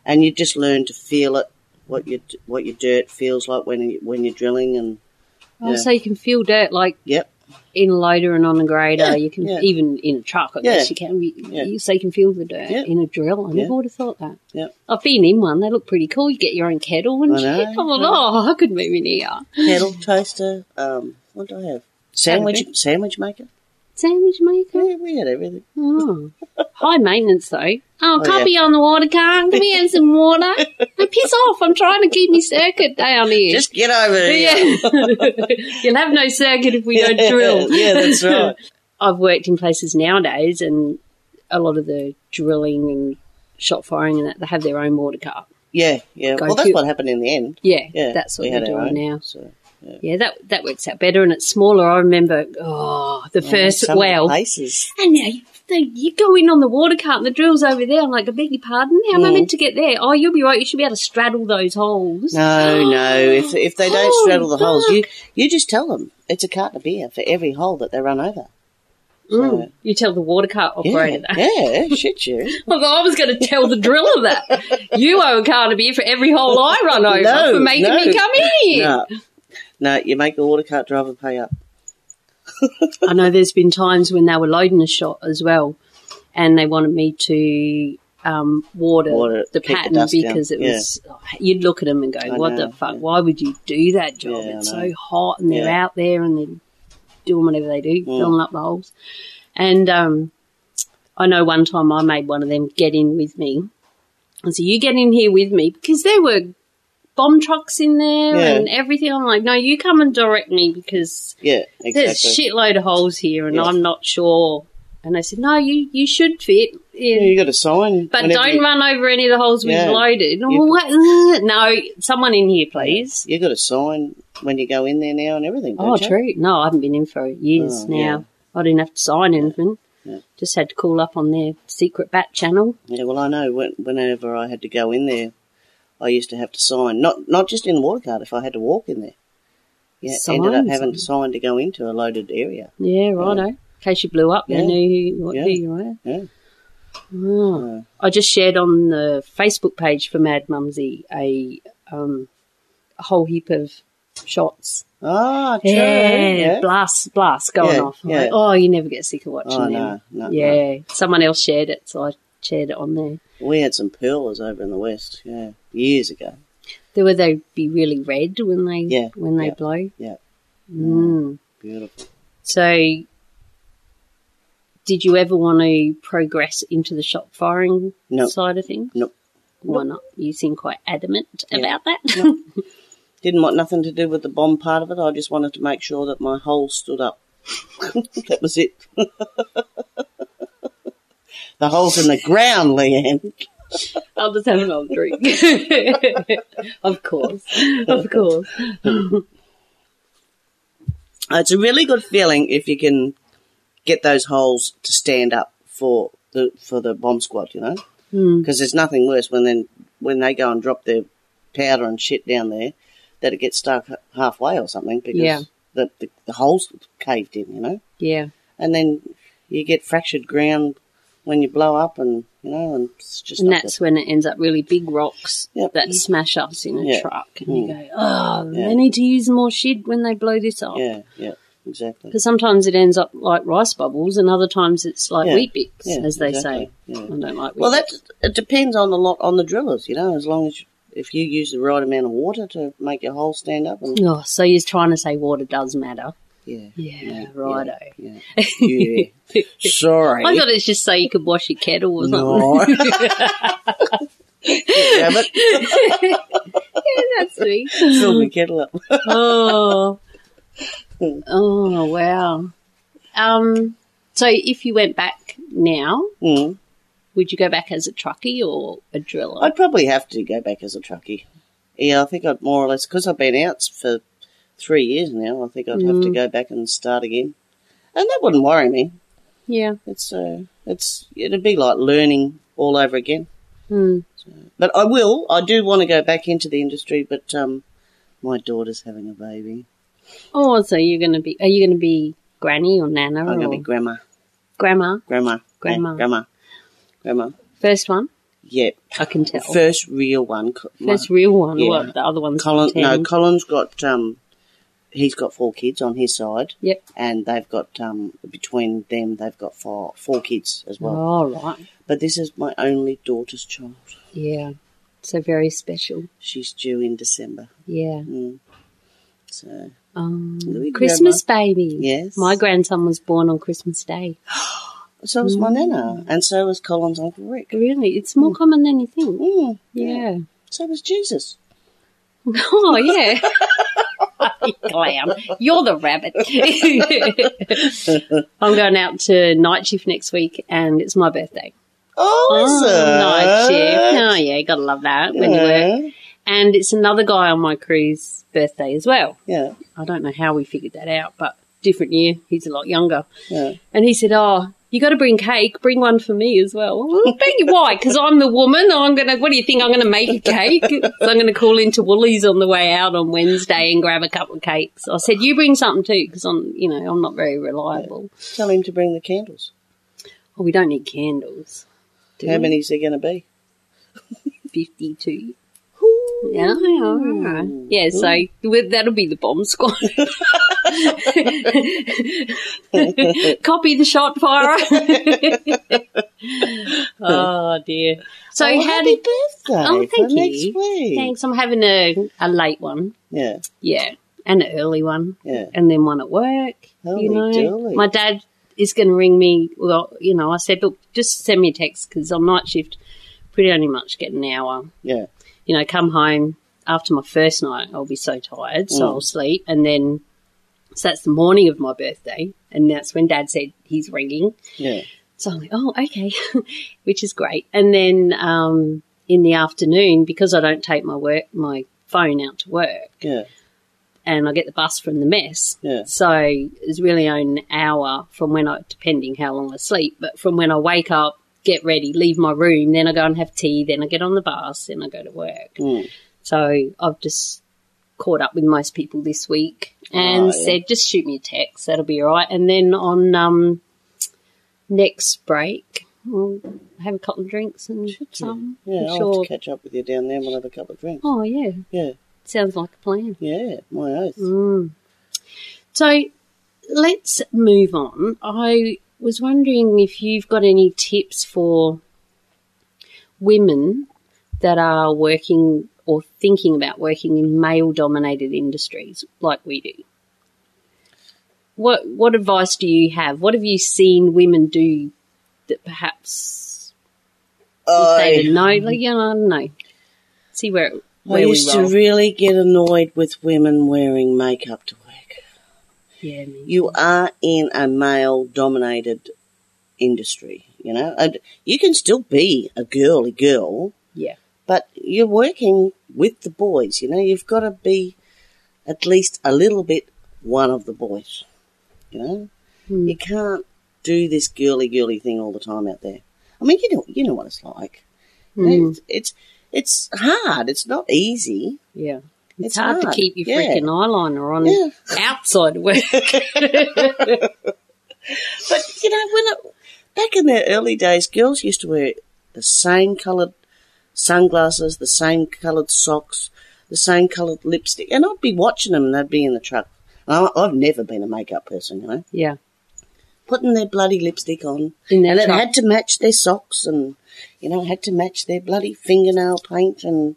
[SPEAKER 1] and you just learn to feel it. What your what your dirt feels like when you, when you're drilling, and
[SPEAKER 2] <gasps> Oh,
[SPEAKER 1] Yeah.
[SPEAKER 2] so you can feel dirt like
[SPEAKER 1] yep,
[SPEAKER 2] in a loader and on a grader.
[SPEAKER 1] Yeah,
[SPEAKER 2] you can
[SPEAKER 1] yeah.
[SPEAKER 2] even in a truck, I guess
[SPEAKER 1] Yeah.
[SPEAKER 2] you can. You,
[SPEAKER 1] Yeah.
[SPEAKER 2] you- so you can feel the dirt
[SPEAKER 1] Yeah.
[SPEAKER 2] in a drill. I never
[SPEAKER 1] Yeah.
[SPEAKER 2] would have thought that.
[SPEAKER 1] Yeah.
[SPEAKER 2] I've been in one. They look pretty cool. You get your own kettle and
[SPEAKER 1] I
[SPEAKER 2] shit.
[SPEAKER 1] know,
[SPEAKER 2] I'm like, oh, I could move in here.
[SPEAKER 1] kettle toaster. Um, what do I have? Sandwich sandwich maker.
[SPEAKER 2] Sandwich maker.
[SPEAKER 1] Yeah, we had everything.
[SPEAKER 2] Oh. High maintenance though. Oh,
[SPEAKER 1] Oh,
[SPEAKER 2] can't
[SPEAKER 1] yeah.
[SPEAKER 2] be on the water,
[SPEAKER 1] <laughs>
[SPEAKER 2] can Can we have some water? I piss off. I'm trying to keep me circuit down here.
[SPEAKER 1] Just get over it.
[SPEAKER 2] <laughs> yeah. <laughs> You'll have no circuit if we don't drill.
[SPEAKER 1] Yeah, that's right.
[SPEAKER 2] <laughs> I've worked in places nowadays, and a lot of the drilling and shot firing and that they have their own water cart.
[SPEAKER 1] Yeah, yeah.
[SPEAKER 2] Go
[SPEAKER 1] well, that's
[SPEAKER 2] to-
[SPEAKER 1] what happened in the end.
[SPEAKER 2] Yeah,
[SPEAKER 1] Yeah,
[SPEAKER 2] that's what
[SPEAKER 1] we
[SPEAKER 2] they're
[SPEAKER 1] had our
[SPEAKER 2] doing
[SPEAKER 1] own,
[SPEAKER 2] now.
[SPEAKER 1] So.
[SPEAKER 2] Yeah, that that works out better, and it's smaller. I remember, oh, the first
[SPEAKER 1] Some of the
[SPEAKER 2] well,
[SPEAKER 1] places.
[SPEAKER 2] and now you, they, you go in on the water cart, and the drill's over there. I'm like, I beg your pardon, how am I
[SPEAKER 1] Mm.
[SPEAKER 2] meant to get there? Oh, you'll be right. You should be able to straddle those holes.
[SPEAKER 1] No, no.
[SPEAKER 2] <gasps>
[SPEAKER 1] If if they don't
[SPEAKER 2] Oh,
[SPEAKER 1] straddle the holes, you you just tell them it's a carton of beer for every hole that they run over.
[SPEAKER 2] Mm. You tell the water cart operator
[SPEAKER 1] Yeah,
[SPEAKER 2] that.
[SPEAKER 1] yeah, shit,
[SPEAKER 2] <laughs>
[SPEAKER 1] you.
[SPEAKER 2] Well, <laughs> I was going to tell the driller that you owe a car to beer for every hole I run
[SPEAKER 1] <laughs>
[SPEAKER 2] over
[SPEAKER 1] No,
[SPEAKER 2] for making
[SPEAKER 1] no,
[SPEAKER 2] me come in here.
[SPEAKER 1] No, no. You make the water cart driver pay up.
[SPEAKER 2] I know there's been times when they were loading a shot as well, and they wanted me to um, water,
[SPEAKER 1] Water it,
[SPEAKER 2] the
[SPEAKER 1] kick the
[SPEAKER 2] pattern
[SPEAKER 1] dust down.
[SPEAKER 2] because it
[SPEAKER 1] Yeah.
[SPEAKER 2] was oh, you'd look at them and go,
[SPEAKER 1] I
[SPEAKER 2] "What
[SPEAKER 1] know,
[SPEAKER 2] the fuck?
[SPEAKER 1] yeah.
[SPEAKER 2] Why would you do that job?
[SPEAKER 1] Yeah, I
[SPEAKER 2] it's so
[SPEAKER 1] know.
[SPEAKER 2] hot, and they're
[SPEAKER 1] Yeah.
[SPEAKER 2] out there and they're doing whatever they do,
[SPEAKER 1] Mm.
[SPEAKER 2] filling up the holes." And um, I know one time I made one of them get in with me, and so you get in here with me because there were bomb trucks in there
[SPEAKER 1] Yeah.
[SPEAKER 2] and everything. I'm like, "No, you come and direct me because."
[SPEAKER 1] Yeah,
[SPEAKER 2] there's
[SPEAKER 1] exactly.
[SPEAKER 2] a shitload of holes here and
[SPEAKER 1] Yeah.
[SPEAKER 2] I'm not sure. And I said, no, you, you should fit.
[SPEAKER 1] Yeah,
[SPEAKER 2] in,
[SPEAKER 1] you got to sign,
[SPEAKER 2] But
[SPEAKER 1] whenever
[SPEAKER 2] don't
[SPEAKER 1] you, <laughs>
[SPEAKER 2] run over any of the holes we've
[SPEAKER 1] Yeah.
[SPEAKER 2] loaded.
[SPEAKER 1] You-
[SPEAKER 2] Oh, what? No, someone in here, please.
[SPEAKER 1] You got to sign when you go in there now and everything. Don't
[SPEAKER 2] Oh,
[SPEAKER 1] you?
[SPEAKER 2] true. No, I haven't been in for years
[SPEAKER 1] Oh,
[SPEAKER 2] now.
[SPEAKER 1] yeah.
[SPEAKER 2] I didn't have to sign anything.
[SPEAKER 1] Yeah.
[SPEAKER 2] Just had to call up on their secret bat channel.
[SPEAKER 1] Yeah, well, I know. When, whenever I had to go in there, I used to have to sign. Not not just in the water cart. If I had to walk in there, yeah, ended up
[SPEAKER 2] Signs.
[SPEAKER 1] having to sign to go into a loaded area.
[SPEAKER 2] Yeah, righto. In case you blew up, they
[SPEAKER 1] Yeah.
[SPEAKER 2] knew who, what,
[SPEAKER 1] Yeah.
[SPEAKER 2] who you were.
[SPEAKER 1] Yeah.
[SPEAKER 2] Oh.
[SPEAKER 1] Yeah.
[SPEAKER 2] I just shared on the Facebook page for Mad Mumsy a, um, a whole heap of shots.
[SPEAKER 1] Ah, true.
[SPEAKER 2] Yeah,
[SPEAKER 1] yeah.
[SPEAKER 2] blasts, blasts going
[SPEAKER 1] Yeah,
[SPEAKER 2] off. I'm
[SPEAKER 1] yeah.
[SPEAKER 2] like, oh, you never get sick of watching
[SPEAKER 1] Oh,
[SPEAKER 2] them.
[SPEAKER 1] no, no,
[SPEAKER 2] yeah,
[SPEAKER 1] no.
[SPEAKER 2] someone else shared it, so I shared it on there.
[SPEAKER 1] We had some pearlers over in the west, yeah, years ago.
[SPEAKER 2] There were they be really red when they
[SPEAKER 1] Yeah,
[SPEAKER 2] when they
[SPEAKER 1] yeah,
[SPEAKER 2] blow.
[SPEAKER 1] yeah.
[SPEAKER 2] Mm.
[SPEAKER 1] Beautiful.
[SPEAKER 2] So, did you ever want to progress into the shot firing
[SPEAKER 1] No.
[SPEAKER 2] side of things?
[SPEAKER 1] Nope.
[SPEAKER 2] Why not? You seem quite adamant
[SPEAKER 1] Yeah.
[SPEAKER 2] about that.
[SPEAKER 1] Didn't want nothing to do with the bomb part of it. I just wanted to make sure that my hole stood up. <laughs> that was it. <laughs> the hole's in the ground, Leanne.
[SPEAKER 2] <laughs> I'll just have an old drink. <laughs> of course. Of course.
[SPEAKER 1] Uh, It's a really good feeling if you can get those holes to stand up for the for the bomb squad. You know,
[SPEAKER 2] Hmm.
[SPEAKER 1] because there's nothing worse when then when they go and drop their powder and shit down there that it gets stuck h- halfway or something because
[SPEAKER 2] Yeah.
[SPEAKER 1] the, the the holes caved in, you know,
[SPEAKER 2] Yeah.
[SPEAKER 1] and then you get fractured ground when you blow up, and you know, and it's just
[SPEAKER 2] And
[SPEAKER 1] not
[SPEAKER 2] that's when it ends up really big rocks
[SPEAKER 1] Yep.
[SPEAKER 2] that smash us in a
[SPEAKER 1] Yeah.
[SPEAKER 2] truck. And you
[SPEAKER 1] Mm.
[SPEAKER 2] go, oh,
[SPEAKER 1] Yeah.
[SPEAKER 2] they need to use more shit when they blow this up.
[SPEAKER 1] good.
[SPEAKER 2] Because
[SPEAKER 1] yeah, yeah, exactly.
[SPEAKER 2] sometimes it ends up like rice bubbles and other times it's like
[SPEAKER 1] Yeah.
[SPEAKER 2] wheat bits,
[SPEAKER 1] Yeah,
[SPEAKER 2] as they
[SPEAKER 1] exactly.
[SPEAKER 2] say.
[SPEAKER 1] Yeah.
[SPEAKER 2] I don't like wheat
[SPEAKER 1] Well, that
[SPEAKER 2] bits.
[SPEAKER 1] it depends on a lot on the drillers, you know. As long as if you use the right amount of water to make your hole stand up.
[SPEAKER 2] <laughs>
[SPEAKER 1] And,
[SPEAKER 2] Oh, so you're trying to say water does matter.
[SPEAKER 1] yeah,
[SPEAKER 2] Yeah, righto. <laughs>
[SPEAKER 1] yeah, yeah. Sorry,
[SPEAKER 2] I thought it's just so you could wash your kettle or something. <laughs>
[SPEAKER 1] no. <laughs> Damn it!
[SPEAKER 2] Yeah, that's me.
[SPEAKER 1] Fill my kettle up.
[SPEAKER 2] oh. oh, wow. Um, so if you went back now,
[SPEAKER 1] Mm.
[SPEAKER 2] would you go back as a truckie or a driller?
[SPEAKER 1] I'd probably have to go back as a truckie. Yeah, I think I'd more or less because I've been out for three years now. I think I'd have
[SPEAKER 2] Mm.
[SPEAKER 1] to go back and start again, and that wouldn't worry me.
[SPEAKER 2] yeah.
[SPEAKER 1] It's uh, it's it'd be like learning all over again.
[SPEAKER 2] Hmm.
[SPEAKER 1] But I will. I do want to go back into the industry, but um, my daughter's having a baby.
[SPEAKER 2] Oh, so you're going to be, are you going to be granny or nana
[SPEAKER 1] I'm
[SPEAKER 2] or
[SPEAKER 1] gonna be grandma,
[SPEAKER 2] grandma?
[SPEAKER 1] grandma,
[SPEAKER 2] Oh. Grandma.
[SPEAKER 1] Yeah, grandma, grandma.
[SPEAKER 2] First one?
[SPEAKER 1] Yeah,
[SPEAKER 2] I can tell.
[SPEAKER 1] first real one. Co- my-
[SPEAKER 2] First real one.
[SPEAKER 1] Yeah.
[SPEAKER 2] What, the other one's
[SPEAKER 1] Colin, no,
[SPEAKER 2] 10.
[SPEAKER 1] Colin's got um, he's got four kids on his side.
[SPEAKER 2] Yep.
[SPEAKER 1] and they've got um, between them they've got four four kids as well.
[SPEAKER 2] Oh, right.
[SPEAKER 1] But this is my only daughter's child.
[SPEAKER 2] Yeah. So very special.
[SPEAKER 1] She's due in December.
[SPEAKER 2] Yeah.
[SPEAKER 1] Mm. So
[SPEAKER 2] Um,
[SPEAKER 1] Louis
[SPEAKER 2] Christmas baby.
[SPEAKER 1] Yes.
[SPEAKER 2] My grandson was born on Christmas Day.
[SPEAKER 1] so was
[SPEAKER 2] Mm.
[SPEAKER 1] my nana, and so was Colin's uncle Rick.
[SPEAKER 2] Really? It's more common than you think.
[SPEAKER 1] Mm.
[SPEAKER 2] Yeah.
[SPEAKER 1] So was Jesus.
[SPEAKER 2] <laughs> Oh, yeah. You Clown. You're the rabbit. <laughs> I'm going out to night shift next week and it's my birthday.
[SPEAKER 1] Oh, is
[SPEAKER 2] night
[SPEAKER 1] it?
[SPEAKER 2] shift. Oh, yeah. Gotta love that when you work.
[SPEAKER 1] yeah.
[SPEAKER 2] And it's another guy on my crew's birthday as well.
[SPEAKER 1] yeah,
[SPEAKER 2] I don't know how we figured that out, but different year. He's a lot younger.
[SPEAKER 1] yeah.
[SPEAKER 2] And he said, Oh, you got to bring cake. Bring one for me as well. well thank you. Why? Because I'm the woman. I'm going to, what do you think? I'm going to make a cake. <laughs> So I'm going to call into Woolies on the way out on Wednesday and grab a couple of cakes. I said, You bring something too, because I'm, you know, I'm not very reliable.
[SPEAKER 1] Tell him to bring the candles.
[SPEAKER 2] Oh, we don't need candles. Do
[SPEAKER 1] How
[SPEAKER 2] we?
[SPEAKER 1] many's there going to be?
[SPEAKER 2] 52. Yeah, yeah, yeah. Yeah, so we- that'll be the
[SPEAKER 1] <laughs>
[SPEAKER 2] bomb squad. Copy the
[SPEAKER 1] <laughs>
[SPEAKER 2] shot fire. oh dear. So
[SPEAKER 1] oh,
[SPEAKER 2] how
[SPEAKER 1] happy
[SPEAKER 2] did?
[SPEAKER 1] birthday
[SPEAKER 2] Oh, thank
[SPEAKER 1] for next
[SPEAKER 2] you.
[SPEAKER 1] week.
[SPEAKER 2] Thanks. I'm having a a late one.
[SPEAKER 1] Yeah,
[SPEAKER 2] Yeah, and an early one,
[SPEAKER 1] yeah.
[SPEAKER 2] and then one at work.
[SPEAKER 1] Holy
[SPEAKER 2] you know,
[SPEAKER 1] dooly.
[SPEAKER 2] my dad is going to ring me. Well, you know, I said, look, just send me a text because on night shift, pretty only much get an hour.
[SPEAKER 1] Yeah,
[SPEAKER 2] you know, come home after my first night, I'll be so tired, so
[SPEAKER 1] Mm.
[SPEAKER 2] I'll sleep. And then, so that's the morning of my birthday. And that's when dad said he's ringing.
[SPEAKER 1] yeah.
[SPEAKER 2] So I'm like, oh, okay, <laughs> which is great. And then um, in the afternoon, because I don't take my work, my phone out to work,
[SPEAKER 1] Yeah,
[SPEAKER 2] and I get the bus from the mess.
[SPEAKER 1] Yeah.
[SPEAKER 2] So it's really only an hour from when I, depending how long I sleep, but from when I wake up, get ready, leave my room, then I go and have tea, then I get on the bus, then I go to work.
[SPEAKER 1] Mm.
[SPEAKER 2] So I've just caught up with most people this week and
[SPEAKER 1] Right.
[SPEAKER 2] said, just shoot me a text, that'll be all right. And then on um, next break, we'll have a couple of drinks and some.
[SPEAKER 1] yeah.
[SPEAKER 2] I'm
[SPEAKER 1] I'll
[SPEAKER 2] sure.
[SPEAKER 1] have to catch up with you down there. and We'll have a couple of drinks.
[SPEAKER 2] Oh, yeah,
[SPEAKER 1] Yeah,
[SPEAKER 2] sounds like a plan.
[SPEAKER 1] yeah. My oath.
[SPEAKER 2] Mm. So let's move on. I was wondering if you've got any tips for women that are working or thinking about working in male dominated industries like we do. What what advice do you have? What have you seen women do that perhaps if they
[SPEAKER 1] I,
[SPEAKER 2] didn't know? Like, you know, I don't know. See where
[SPEAKER 1] I
[SPEAKER 2] where we
[SPEAKER 1] used to
[SPEAKER 2] roll.
[SPEAKER 1] really get annoyed with women wearing makeup to work.
[SPEAKER 2] yeah, me.
[SPEAKER 1] You are in a male dominated industry, you know? And you can still be a girly girl,
[SPEAKER 2] yeah,
[SPEAKER 1] but you're working with the boys, you know? You've got to be at least a little bit one of the boys, you know?
[SPEAKER 2] Mm.
[SPEAKER 1] You can't do this girly girly thing all the time out there. I mean, you know, you know what it's like. You know,
[SPEAKER 2] Mm.
[SPEAKER 1] It's, it's it's hard. It's not easy.
[SPEAKER 2] yeah.
[SPEAKER 1] It's,
[SPEAKER 2] It's hard, to keep your
[SPEAKER 1] Yeah.
[SPEAKER 2] freaking eyeliner on
[SPEAKER 1] Yeah.
[SPEAKER 2] outside work.
[SPEAKER 1] <laughs> But you know, when it, back in the early days, girls used to wear the same coloured sunglasses, the same coloured socks, the same coloured lipstick, and I'd be watching them. and They'd be in the truck. And I, I've never been a makeup person, you know,
[SPEAKER 2] yeah.
[SPEAKER 1] putting their bloody lipstick on.
[SPEAKER 2] In that
[SPEAKER 1] And it
[SPEAKER 2] truck.
[SPEAKER 1] had to match their socks and, you know, it had to match their bloody fingernail paint and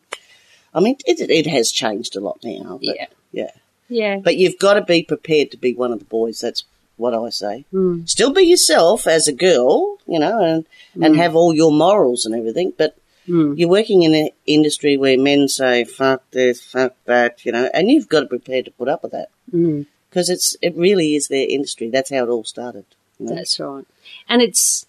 [SPEAKER 1] I mean, it, it has changed a lot now. But,
[SPEAKER 2] Yeah.
[SPEAKER 1] yeah.
[SPEAKER 2] Yeah.
[SPEAKER 1] But you've got to be prepared to be one of the boys. That's what I say.
[SPEAKER 2] Mm.
[SPEAKER 1] Still be yourself as a girl, you know, and and have all your morals and everything. But
[SPEAKER 2] Mm.
[SPEAKER 1] you're working in an industry where men say "fuck this, fuck that," you know, and you've got to be prepared to put up with that
[SPEAKER 2] Mm.
[SPEAKER 1] because it's it really is their industry. That's how it all started. you know.
[SPEAKER 2] That's right. And it's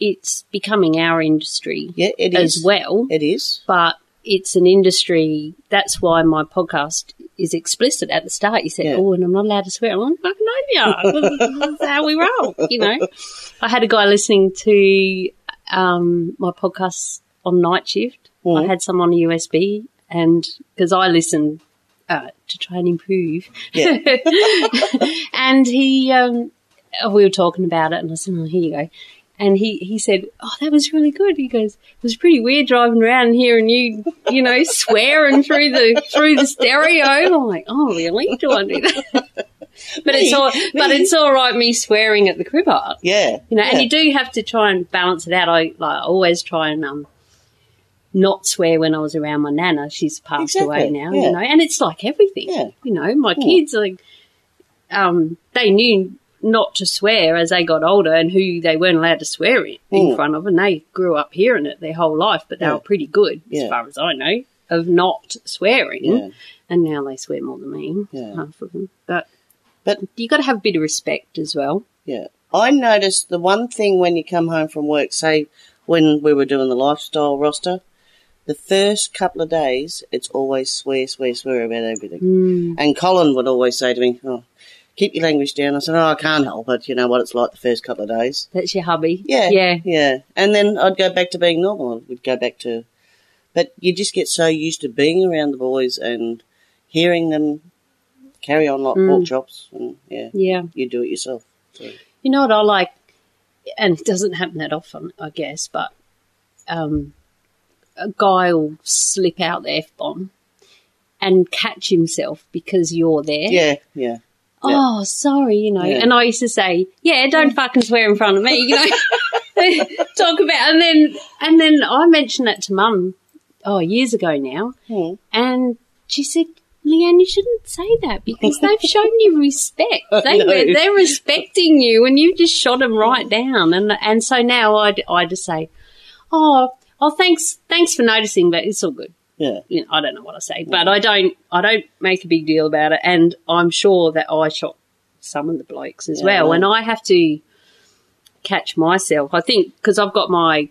[SPEAKER 2] it's becoming our industry
[SPEAKER 1] yeah, it
[SPEAKER 2] as
[SPEAKER 1] is.
[SPEAKER 2] well,
[SPEAKER 1] It
[SPEAKER 2] <laughs>
[SPEAKER 1] is.
[SPEAKER 2] but it's an industry. That's why my podcast is explicit at the start. You said,
[SPEAKER 1] Yeah.
[SPEAKER 2] "Oh, and I'm not allowed to swear." I'm like, "Fucking <laughs> know That's how we roll." You know, I had a guy listening to um, my podcast on night shift. I
[SPEAKER 1] Mhm.
[SPEAKER 2] had some on a USB, and because I listen uh, to try and improve,
[SPEAKER 1] Yeah.
[SPEAKER 2] and he, um, we were talking about it, and I said, "Oh, here you go." And he, he said, "Oh, that was really good." He goes, "It was pretty weird driving around and hearing you, you know, <laughs> swearing through the through the stereo." I'm like, "Oh, really? Do I do that?" <laughs> but it's all but it's all right. Me swearing at the cribber,
[SPEAKER 1] Yeah.
[SPEAKER 2] you know,
[SPEAKER 1] yeah.
[SPEAKER 2] and you do have to try and balance it out. I like I always try and um, not swear when I was around my nana. She's passed away
[SPEAKER 1] Exactly,
[SPEAKER 2] now,
[SPEAKER 1] yeah.
[SPEAKER 2] you know, and it's like everything.
[SPEAKER 1] Yeah.
[SPEAKER 2] You know, my kids like um, they knew not to swear as they got older and who they weren't allowed to swear in, in
[SPEAKER 1] Mm.
[SPEAKER 2] front of, and they grew up hearing it their whole life. But they
[SPEAKER 1] Yeah.
[SPEAKER 2] were pretty good, as
[SPEAKER 1] Yeah.
[SPEAKER 2] far as I know, of not swearing.
[SPEAKER 1] Yeah.
[SPEAKER 2] And now they swear more than me,
[SPEAKER 1] Yeah.
[SPEAKER 2] half of them. But
[SPEAKER 1] But-
[SPEAKER 2] you got to have a bit of respect as well.
[SPEAKER 1] Yeah. I noticed the one thing when you come home from work, say when we were doing the lifestyle roster, the first couple of days, it's always swear, swear, swear about everything. And Colin would always say to me, oh, keep your language down. I said, oh, I can't help it. You know what it's like the first couple of days.
[SPEAKER 2] That's your hubby.
[SPEAKER 1] Yeah.
[SPEAKER 2] Yeah.
[SPEAKER 1] Yeah. And then I'd go back to being normal. We'd go back to, but you just get so used to being around the boys and hearing them carry on
[SPEAKER 2] Mm.
[SPEAKER 1] like pork chops. And yeah,
[SPEAKER 2] Yeah.
[SPEAKER 1] you do it yourself.
[SPEAKER 2] You know what I like, and it doesn't happen that often, I guess, but um, a guy will slip out the F bomb and catch himself because you're there.
[SPEAKER 1] Yeah. Yeah.
[SPEAKER 2] Oh, sorry, you know.
[SPEAKER 1] Yeah.
[SPEAKER 2] And I used to say, yeah, don't fucking swear in front of me, you know.
[SPEAKER 1] <laughs>
[SPEAKER 2] <laughs> Talk about, and then, and then I mentioned that to mum, oh, years ago now,
[SPEAKER 1] Hmm.
[SPEAKER 2] and she said, Leanne, you shouldn't say that because
[SPEAKER 1] <laughs>
[SPEAKER 2] they've shown you respect. They
[SPEAKER 1] know.
[SPEAKER 2] were, they're respecting you and you just shot them right down. And, and so now I, I just say, oh, oh, thanks, thanks for noticing, but it's all good.
[SPEAKER 1] Yeah.
[SPEAKER 2] You know, I don't know what I say,
[SPEAKER 1] Mm.
[SPEAKER 2] but I don't, I don't make a big deal about it. And I'm sure that I shot some of the blokes as well.
[SPEAKER 1] Yeah.
[SPEAKER 2] And I have to catch myself. I think because I've got my,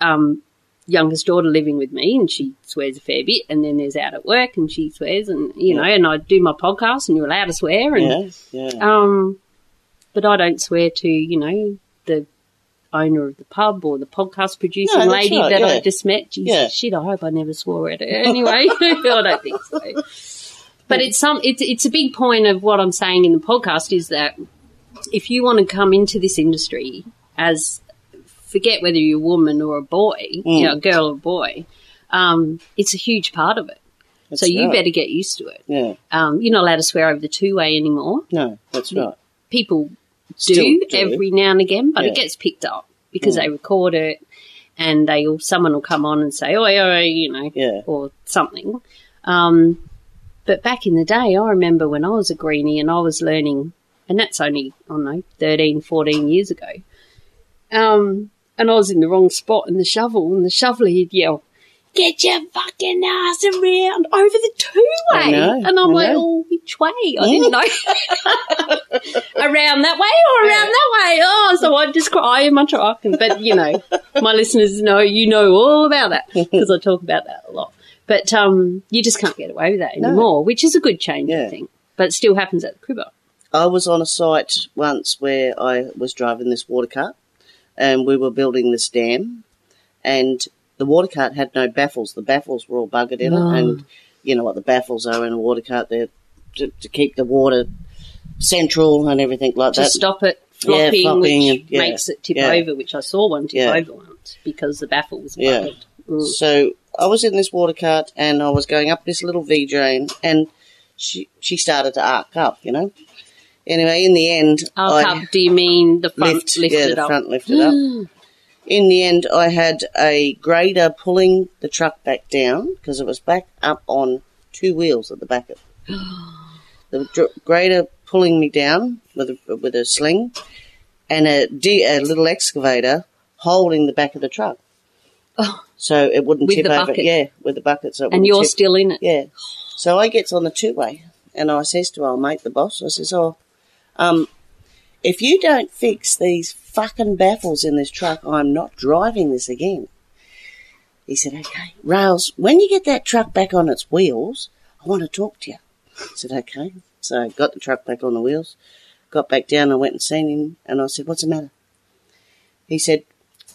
[SPEAKER 2] um, youngest daughter living with me and she swears a fair bit and then there's out at work and she swears and you know and I do my podcast and you're allowed to swear and
[SPEAKER 1] Yeah, yeah,
[SPEAKER 2] um but I don't swear to you know the owner of the pub or the podcast producing
[SPEAKER 1] No, that's
[SPEAKER 2] lady
[SPEAKER 1] right,
[SPEAKER 2] that I
[SPEAKER 1] yeah.
[SPEAKER 2] just met Jesus
[SPEAKER 1] Yeah.
[SPEAKER 2] shit I hope I never swore at her anyway <laughs> I don't think so but it's some it's it's a big point of what I'm saying in the podcast is that if you want to come into this industry as forget whether you're a woman or a boy,
[SPEAKER 1] Mm.
[SPEAKER 2] you know, a girl or a boy, um, it's a huge part of it. so you
[SPEAKER 1] right.
[SPEAKER 2] better get used to it.
[SPEAKER 1] yeah.
[SPEAKER 2] Um, you're not allowed to swear over the two way anymore.
[SPEAKER 1] No, that's right.
[SPEAKER 2] People do,
[SPEAKER 1] Still do.
[SPEAKER 2] every now and again, but it
[SPEAKER 1] Yeah. Hmm.
[SPEAKER 2] gets picked up because they record it and they will someone will come on and say, oi, oi, you know,
[SPEAKER 1] Yeah.
[SPEAKER 2] or something. Um, but back in the day, I remember when I was a greenie and I was learning, and that's only, I don't know, 13, 14 years ago. Um, and I was in the wrong spot in the shovel, and the shoveler he'd yell, Get your fucking ass around over the two
[SPEAKER 1] I
[SPEAKER 2] way.
[SPEAKER 1] know,
[SPEAKER 2] And I'm
[SPEAKER 1] I
[SPEAKER 2] like,
[SPEAKER 1] know.
[SPEAKER 2] Oh, which way? I didn't know. around that way or around that way? Oh, so I just cry in my truck. And, but, you know, my listeners know, you know all
[SPEAKER 1] <laughs>
[SPEAKER 2] about that because I talk about that a lot. But um, you just can't get away with that anymore, which is a good change, I
[SPEAKER 1] Yeah.
[SPEAKER 2] think. But it still happens at the cribber.
[SPEAKER 1] I was on a site once where I was driving this water cart and we were building this dam and the water cart had no baffles. The baffles were all buggered in
[SPEAKER 2] Oh.
[SPEAKER 1] it and you know what the baffles are in a water cart they're to, to keep the water central and everything like
[SPEAKER 2] to
[SPEAKER 1] that.
[SPEAKER 2] stop it
[SPEAKER 1] Yeah,
[SPEAKER 2] flopping,
[SPEAKER 1] flopping
[SPEAKER 2] which
[SPEAKER 1] and- yeah,
[SPEAKER 2] makes it tip
[SPEAKER 1] yeah.
[SPEAKER 2] over, which I saw one tip
[SPEAKER 1] Yeah.
[SPEAKER 2] over once because the baffle was
[SPEAKER 1] Yeah.
[SPEAKER 2] buckled. Mm.
[SPEAKER 1] So I was in this water cart and I was going up this little V drain and she she started to arc up, you know. Anyway, in the end,
[SPEAKER 2] Arc
[SPEAKER 1] I-
[SPEAKER 2] up, do you mean the front
[SPEAKER 1] lift,
[SPEAKER 2] lifted
[SPEAKER 1] yeah, the
[SPEAKER 2] up? Mm.
[SPEAKER 1] front lifted up. in the end, I had a grader pulling the truck back down because it was back up on two wheels at the back
[SPEAKER 2] <gasps>
[SPEAKER 1] of the dr- grader pulling me down with a, with a sling and a, de- a little excavator holding the back of the truck.
[SPEAKER 2] Oh,
[SPEAKER 1] So it wouldn't
[SPEAKER 2] With
[SPEAKER 1] tip
[SPEAKER 2] the
[SPEAKER 1] over.
[SPEAKER 2] bucket.
[SPEAKER 1] Yeah, with the bucket. So it
[SPEAKER 2] and
[SPEAKER 1] wouldn't
[SPEAKER 2] you're
[SPEAKER 1] tip.
[SPEAKER 2] still in it.
[SPEAKER 1] Yeah. So I gets on the two way and I says to our mate, the boss, I says, Oh, um, if you don't fix these fucking baffles in this truck, I'm not driving this again. He said, Okay. Rails, when you get that truck back on its wheels, I want to talk to you. I said, Okay. So I got the truck back on the wheels, got back down, I went and seen him, and I said, What's the matter? He said,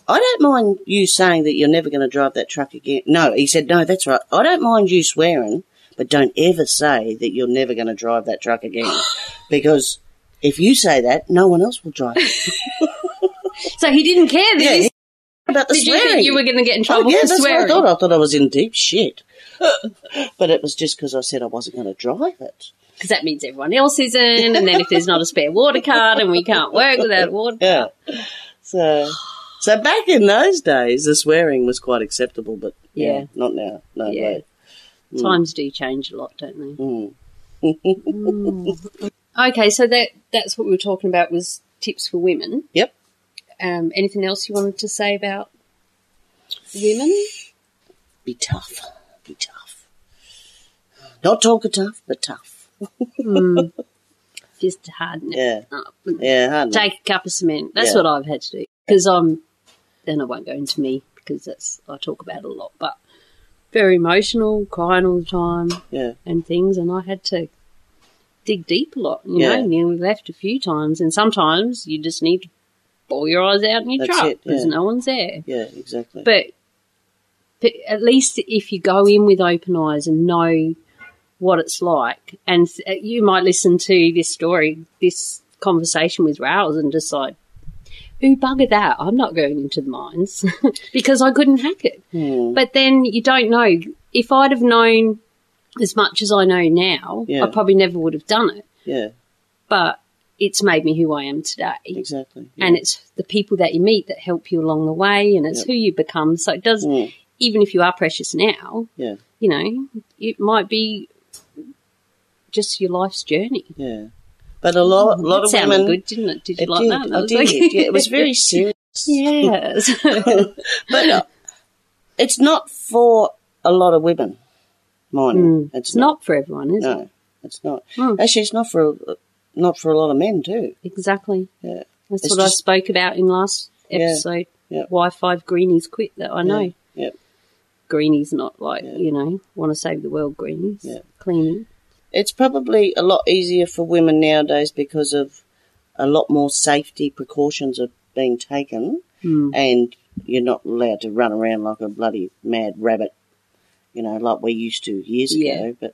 [SPEAKER 1] I don't mind you saying that you're never going to drive that truck again. No, he said, no, that's right. I don't mind you swearing, but don't ever say that you're never going to drive that truck again.
[SPEAKER 2] <gasps>
[SPEAKER 1] because if you say that, no one else will drive
[SPEAKER 2] <laughs>
[SPEAKER 1] it.
[SPEAKER 2] So he didn't care that
[SPEAKER 1] Yeah,
[SPEAKER 2] you-
[SPEAKER 1] he- About the
[SPEAKER 2] did you
[SPEAKER 1] swearing.
[SPEAKER 2] think you were going to get in
[SPEAKER 1] oh,
[SPEAKER 2] trouble
[SPEAKER 1] yeah,
[SPEAKER 2] for
[SPEAKER 1] that's
[SPEAKER 2] swearing?
[SPEAKER 1] what I thought. I thought I was in deep shit. <laughs> but it was just because I said I wasn't going to drive it.
[SPEAKER 2] because that means everyone else isn't. And then if there's not a spare water card and we can't work
[SPEAKER 1] <laughs>
[SPEAKER 2] without a water
[SPEAKER 1] Yeah.
[SPEAKER 2] card.
[SPEAKER 1] <sighs> So, so back in those days, the swearing was quite acceptable, but yeah,
[SPEAKER 2] Yeah.
[SPEAKER 1] not now. No
[SPEAKER 2] Yeah.
[SPEAKER 1] way.
[SPEAKER 2] Times do change a lot, don't they?
[SPEAKER 1] Mm.
[SPEAKER 2] Okay, so that that's what we were talking about was tips for women.
[SPEAKER 1] Yep.
[SPEAKER 2] Um, anything else you wanted to say about women?
[SPEAKER 1] be tough. Be tough. Not talker tough, but tough.
[SPEAKER 2] Just harden it
[SPEAKER 1] Yeah.
[SPEAKER 2] up. and
[SPEAKER 1] Yeah, hard enough.
[SPEAKER 2] Take a cup of cement. That's
[SPEAKER 1] Yeah.
[SPEAKER 2] what I've had to do because I'm. Then I won't go into me because that's I talk about it a lot, but very emotional, crying all the time.
[SPEAKER 1] Yeah.
[SPEAKER 2] and things, and I had to dig deep a lot. You
[SPEAKER 1] Yeah.
[SPEAKER 2] know, nearly left a few times, and sometimes you just need to bawl your eyes out in your
[SPEAKER 1] That's
[SPEAKER 2] truck
[SPEAKER 1] it,
[SPEAKER 2] because
[SPEAKER 1] yeah.
[SPEAKER 2] no one's there.
[SPEAKER 1] Yeah, exactly.
[SPEAKER 2] But, but at least if you go in with open eyes and know what it's like, and uh, you might listen to this story, this conversation with Rouse, and decide. Who buggered that? I'm not going into the mines <laughs> because I couldn't hack it.
[SPEAKER 1] Hmm.
[SPEAKER 2] But then you don't know. If I'd have known as much as I know now,
[SPEAKER 1] Yeah.
[SPEAKER 2] I probably never would have done it.
[SPEAKER 1] Yeah,
[SPEAKER 2] But it's made me who I am today.
[SPEAKER 1] exactly.
[SPEAKER 2] And it's the people that you meet that help you along the way and it's
[SPEAKER 1] Yep.
[SPEAKER 2] who you become. So it does,
[SPEAKER 1] Mm.
[SPEAKER 2] even if you are precious now,
[SPEAKER 1] Yeah,
[SPEAKER 2] you know, it might be just your life's journey.
[SPEAKER 1] yeah. But a lot, lot
[SPEAKER 2] That
[SPEAKER 1] of
[SPEAKER 2] sounded
[SPEAKER 1] women.
[SPEAKER 2] good, didn't it? Did you
[SPEAKER 1] It
[SPEAKER 2] like
[SPEAKER 1] did.
[SPEAKER 2] that? That
[SPEAKER 1] I
[SPEAKER 2] was
[SPEAKER 1] did.
[SPEAKER 2] like-
[SPEAKER 1] yeah,
[SPEAKER 2] <laughs>
[SPEAKER 1] it was very serious.
[SPEAKER 2] yes.
[SPEAKER 1] <laughs> But uh, it's not for a lot of women. Mining.
[SPEAKER 2] Mm. It's not for everyone, is it?
[SPEAKER 1] No, it's not.
[SPEAKER 2] Mm.
[SPEAKER 1] Actually, it's not for not for a lot of men too.
[SPEAKER 2] Exactly.
[SPEAKER 1] Yeah.
[SPEAKER 2] That's
[SPEAKER 1] It's
[SPEAKER 2] what
[SPEAKER 1] just-
[SPEAKER 2] I spoke about in last
[SPEAKER 1] Yeah,
[SPEAKER 2] episode.
[SPEAKER 1] yeah.
[SPEAKER 2] Why five greenies quit that I know.
[SPEAKER 1] Yeah, yeah.
[SPEAKER 2] Greenies not like,
[SPEAKER 1] Yeah.
[SPEAKER 2] you know, want to save the world greenies.
[SPEAKER 1] Yeah.
[SPEAKER 2] Cleaning.
[SPEAKER 1] it's probably a lot easier for women nowadays because of a lot more safety precautions are being taken
[SPEAKER 2] Mm.
[SPEAKER 1] and you're not allowed to run around like a bloody mad rabbit, you know, like we used to years
[SPEAKER 2] Yeah.
[SPEAKER 1] ago. But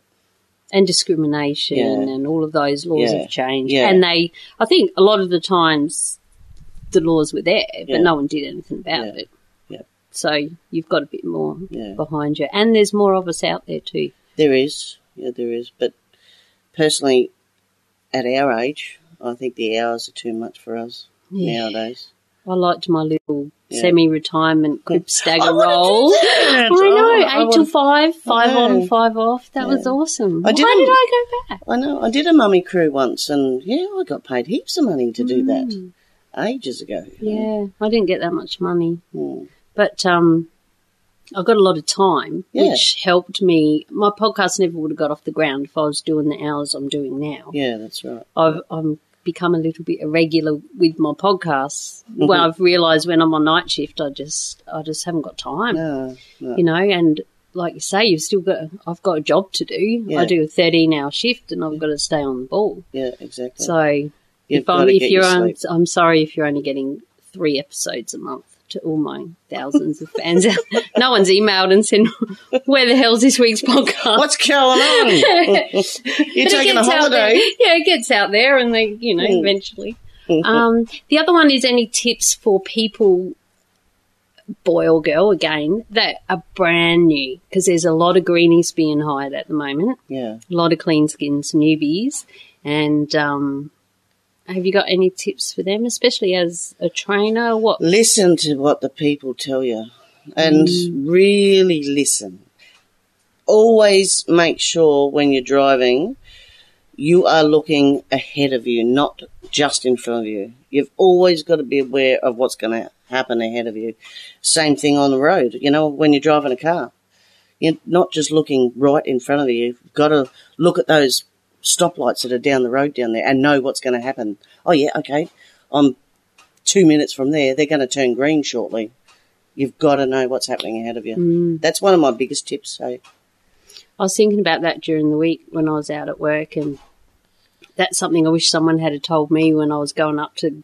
[SPEAKER 2] And discrimination
[SPEAKER 1] Yeah.
[SPEAKER 2] and all of those laws
[SPEAKER 1] Yeah.
[SPEAKER 2] have changed.
[SPEAKER 1] Yeah.
[SPEAKER 2] And they I think a lot of the times the laws were there, but
[SPEAKER 1] Yeah.
[SPEAKER 2] no one did anything about
[SPEAKER 1] Yeah.
[SPEAKER 2] it.
[SPEAKER 1] Yeah.
[SPEAKER 2] So you've got a bit more
[SPEAKER 1] Yeah.
[SPEAKER 2] behind you. And there's more of us out there too.
[SPEAKER 1] there is, yeah, there is. But personally, at our age, I think the hours are too much for us
[SPEAKER 2] Yeah.
[SPEAKER 1] nowadays.
[SPEAKER 2] I liked my little
[SPEAKER 1] Yeah.
[SPEAKER 2] semi-retirement crib
[SPEAKER 1] <laughs> I
[SPEAKER 2] stagger
[SPEAKER 1] wanna do
[SPEAKER 2] roll.
[SPEAKER 1] that.
[SPEAKER 2] I know,
[SPEAKER 1] Oh, I
[SPEAKER 2] eight till
[SPEAKER 1] wanna-
[SPEAKER 2] five, five
[SPEAKER 1] I know.
[SPEAKER 2] on, five off. That was
[SPEAKER 1] Yeah.
[SPEAKER 2] awesome.
[SPEAKER 1] I
[SPEAKER 2] Why did
[SPEAKER 1] didn't-
[SPEAKER 2] I go back?
[SPEAKER 1] I know. I did a mummy crew once, and yeah, I got paid heaps of money to do that
[SPEAKER 2] Mm.
[SPEAKER 1] ages ago.
[SPEAKER 2] Yeah, I didn't get that much money,
[SPEAKER 1] Mm.
[SPEAKER 2] but um, I got a lot of time,
[SPEAKER 1] Yeah.
[SPEAKER 2] which helped me. My podcast never would have got off the ground if I was doing the hours I'm doing now.
[SPEAKER 1] yeah, that's right.
[SPEAKER 2] I've I'm become a little bit irregular with my podcasts. Well,
[SPEAKER 1] Mm-hmm.
[SPEAKER 2] I've realised when I'm on night shift, I just I just haven't got time.
[SPEAKER 1] No, no.
[SPEAKER 2] you know, and like you say, you've still got. I've got a job to do.
[SPEAKER 1] Yeah.
[SPEAKER 2] I do a thirteen-hour shift, and I've got to stay on the ball.
[SPEAKER 1] Yeah, exactly.
[SPEAKER 2] So
[SPEAKER 1] You've
[SPEAKER 2] if
[SPEAKER 1] got
[SPEAKER 2] I'm,
[SPEAKER 1] to
[SPEAKER 2] if
[SPEAKER 1] get
[SPEAKER 2] you're
[SPEAKER 1] your
[SPEAKER 2] on, <laughs>
[SPEAKER 1] sleep.
[SPEAKER 2] I'm sorry if you're only getting three episodes a month. To all my thousands of fans, <laughs> out there. no one's emailed and said, "Where the hell's this
[SPEAKER 1] <laughs>
[SPEAKER 2] week's podcast?"
[SPEAKER 1] What's going
[SPEAKER 2] <laughs>
[SPEAKER 1] on? <laughs> you're
[SPEAKER 2] But it
[SPEAKER 1] taking a
[SPEAKER 2] gets out there.
[SPEAKER 1] holiday.
[SPEAKER 2] <laughs> Yeah, it gets out there, and they, you know,
[SPEAKER 1] Mm. Mm-hmm.
[SPEAKER 2] eventually. um, the other one is any tips for people, boy or girl, again, that are brand new because there's a lot of greenies being hired at the moment,
[SPEAKER 1] Yeah,
[SPEAKER 2] a lot of clean skins newbies, and um, Have you got any tips for them, especially as a trainer? What?
[SPEAKER 1] Listen to what the people tell you and really listen. Always make sure when you're driving, you are looking ahead of you, not just in front of you. You've always got to be aware of what's going to happen ahead of you. Same thing on the road, you know, when you're driving a car. You're not just looking right in front of you. You've got to look at those stoplights that are down the road down there and know what's going to happen. Oh, yeah, okay. I'm two minutes from there. They're going to turn green shortly. You've got to know what's happening ahead of you.
[SPEAKER 2] Mm.
[SPEAKER 1] That's one of my biggest tips. So,
[SPEAKER 2] I was thinking about that during the week when I was out at work, and that's something I wish someone had have told me when I was going up to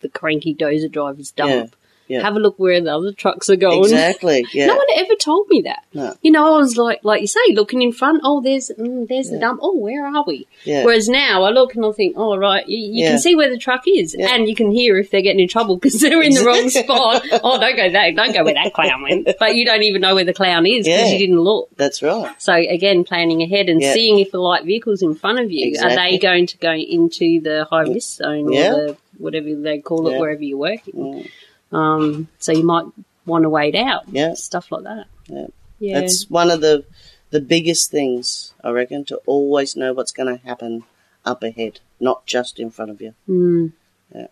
[SPEAKER 2] the cranky dozer driver's dump.
[SPEAKER 1] yeah.
[SPEAKER 2] Have a look where the other trucks are going. <laughs>
[SPEAKER 1] exactly. Yeah.
[SPEAKER 2] Oh, No one ever told me that.
[SPEAKER 1] No.
[SPEAKER 2] You know, I was like, like you say, looking in front. Oh, there's, mm, there's the dump. Oh, where are we?
[SPEAKER 1] Yeah.
[SPEAKER 2] Whereas now, I look and I think, oh, right, you, you
[SPEAKER 1] Yeah.
[SPEAKER 2] can see where the truck is,
[SPEAKER 1] Yeah.
[SPEAKER 2] and you can hear if they're getting in trouble because they're in
[SPEAKER 1] <laughs>
[SPEAKER 2] the wrong spot. oh, don't go there. Don't go where that clown went. But you don't even know where the clown is because
[SPEAKER 1] Yeah.
[SPEAKER 2] you didn't look.
[SPEAKER 1] That's right.
[SPEAKER 2] So again, planning ahead and
[SPEAKER 1] Yeah.
[SPEAKER 2] seeing if the light vehicles in front of you are
[SPEAKER 1] Exactly.
[SPEAKER 2] they going to go into the high risk zone
[SPEAKER 1] Yeah.
[SPEAKER 2] or the, whatever they call it
[SPEAKER 1] Yeah.
[SPEAKER 2] wherever you're working.
[SPEAKER 1] Mm.
[SPEAKER 2] Um, so you might want to wait out.
[SPEAKER 1] Yeah.
[SPEAKER 2] stuff like that.
[SPEAKER 1] Yeah.
[SPEAKER 2] yeah.
[SPEAKER 1] That's one of the the biggest things I reckon to always know what's going to happen up ahead, not just in front of you.
[SPEAKER 2] Mm.
[SPEAKER 1] Yeah.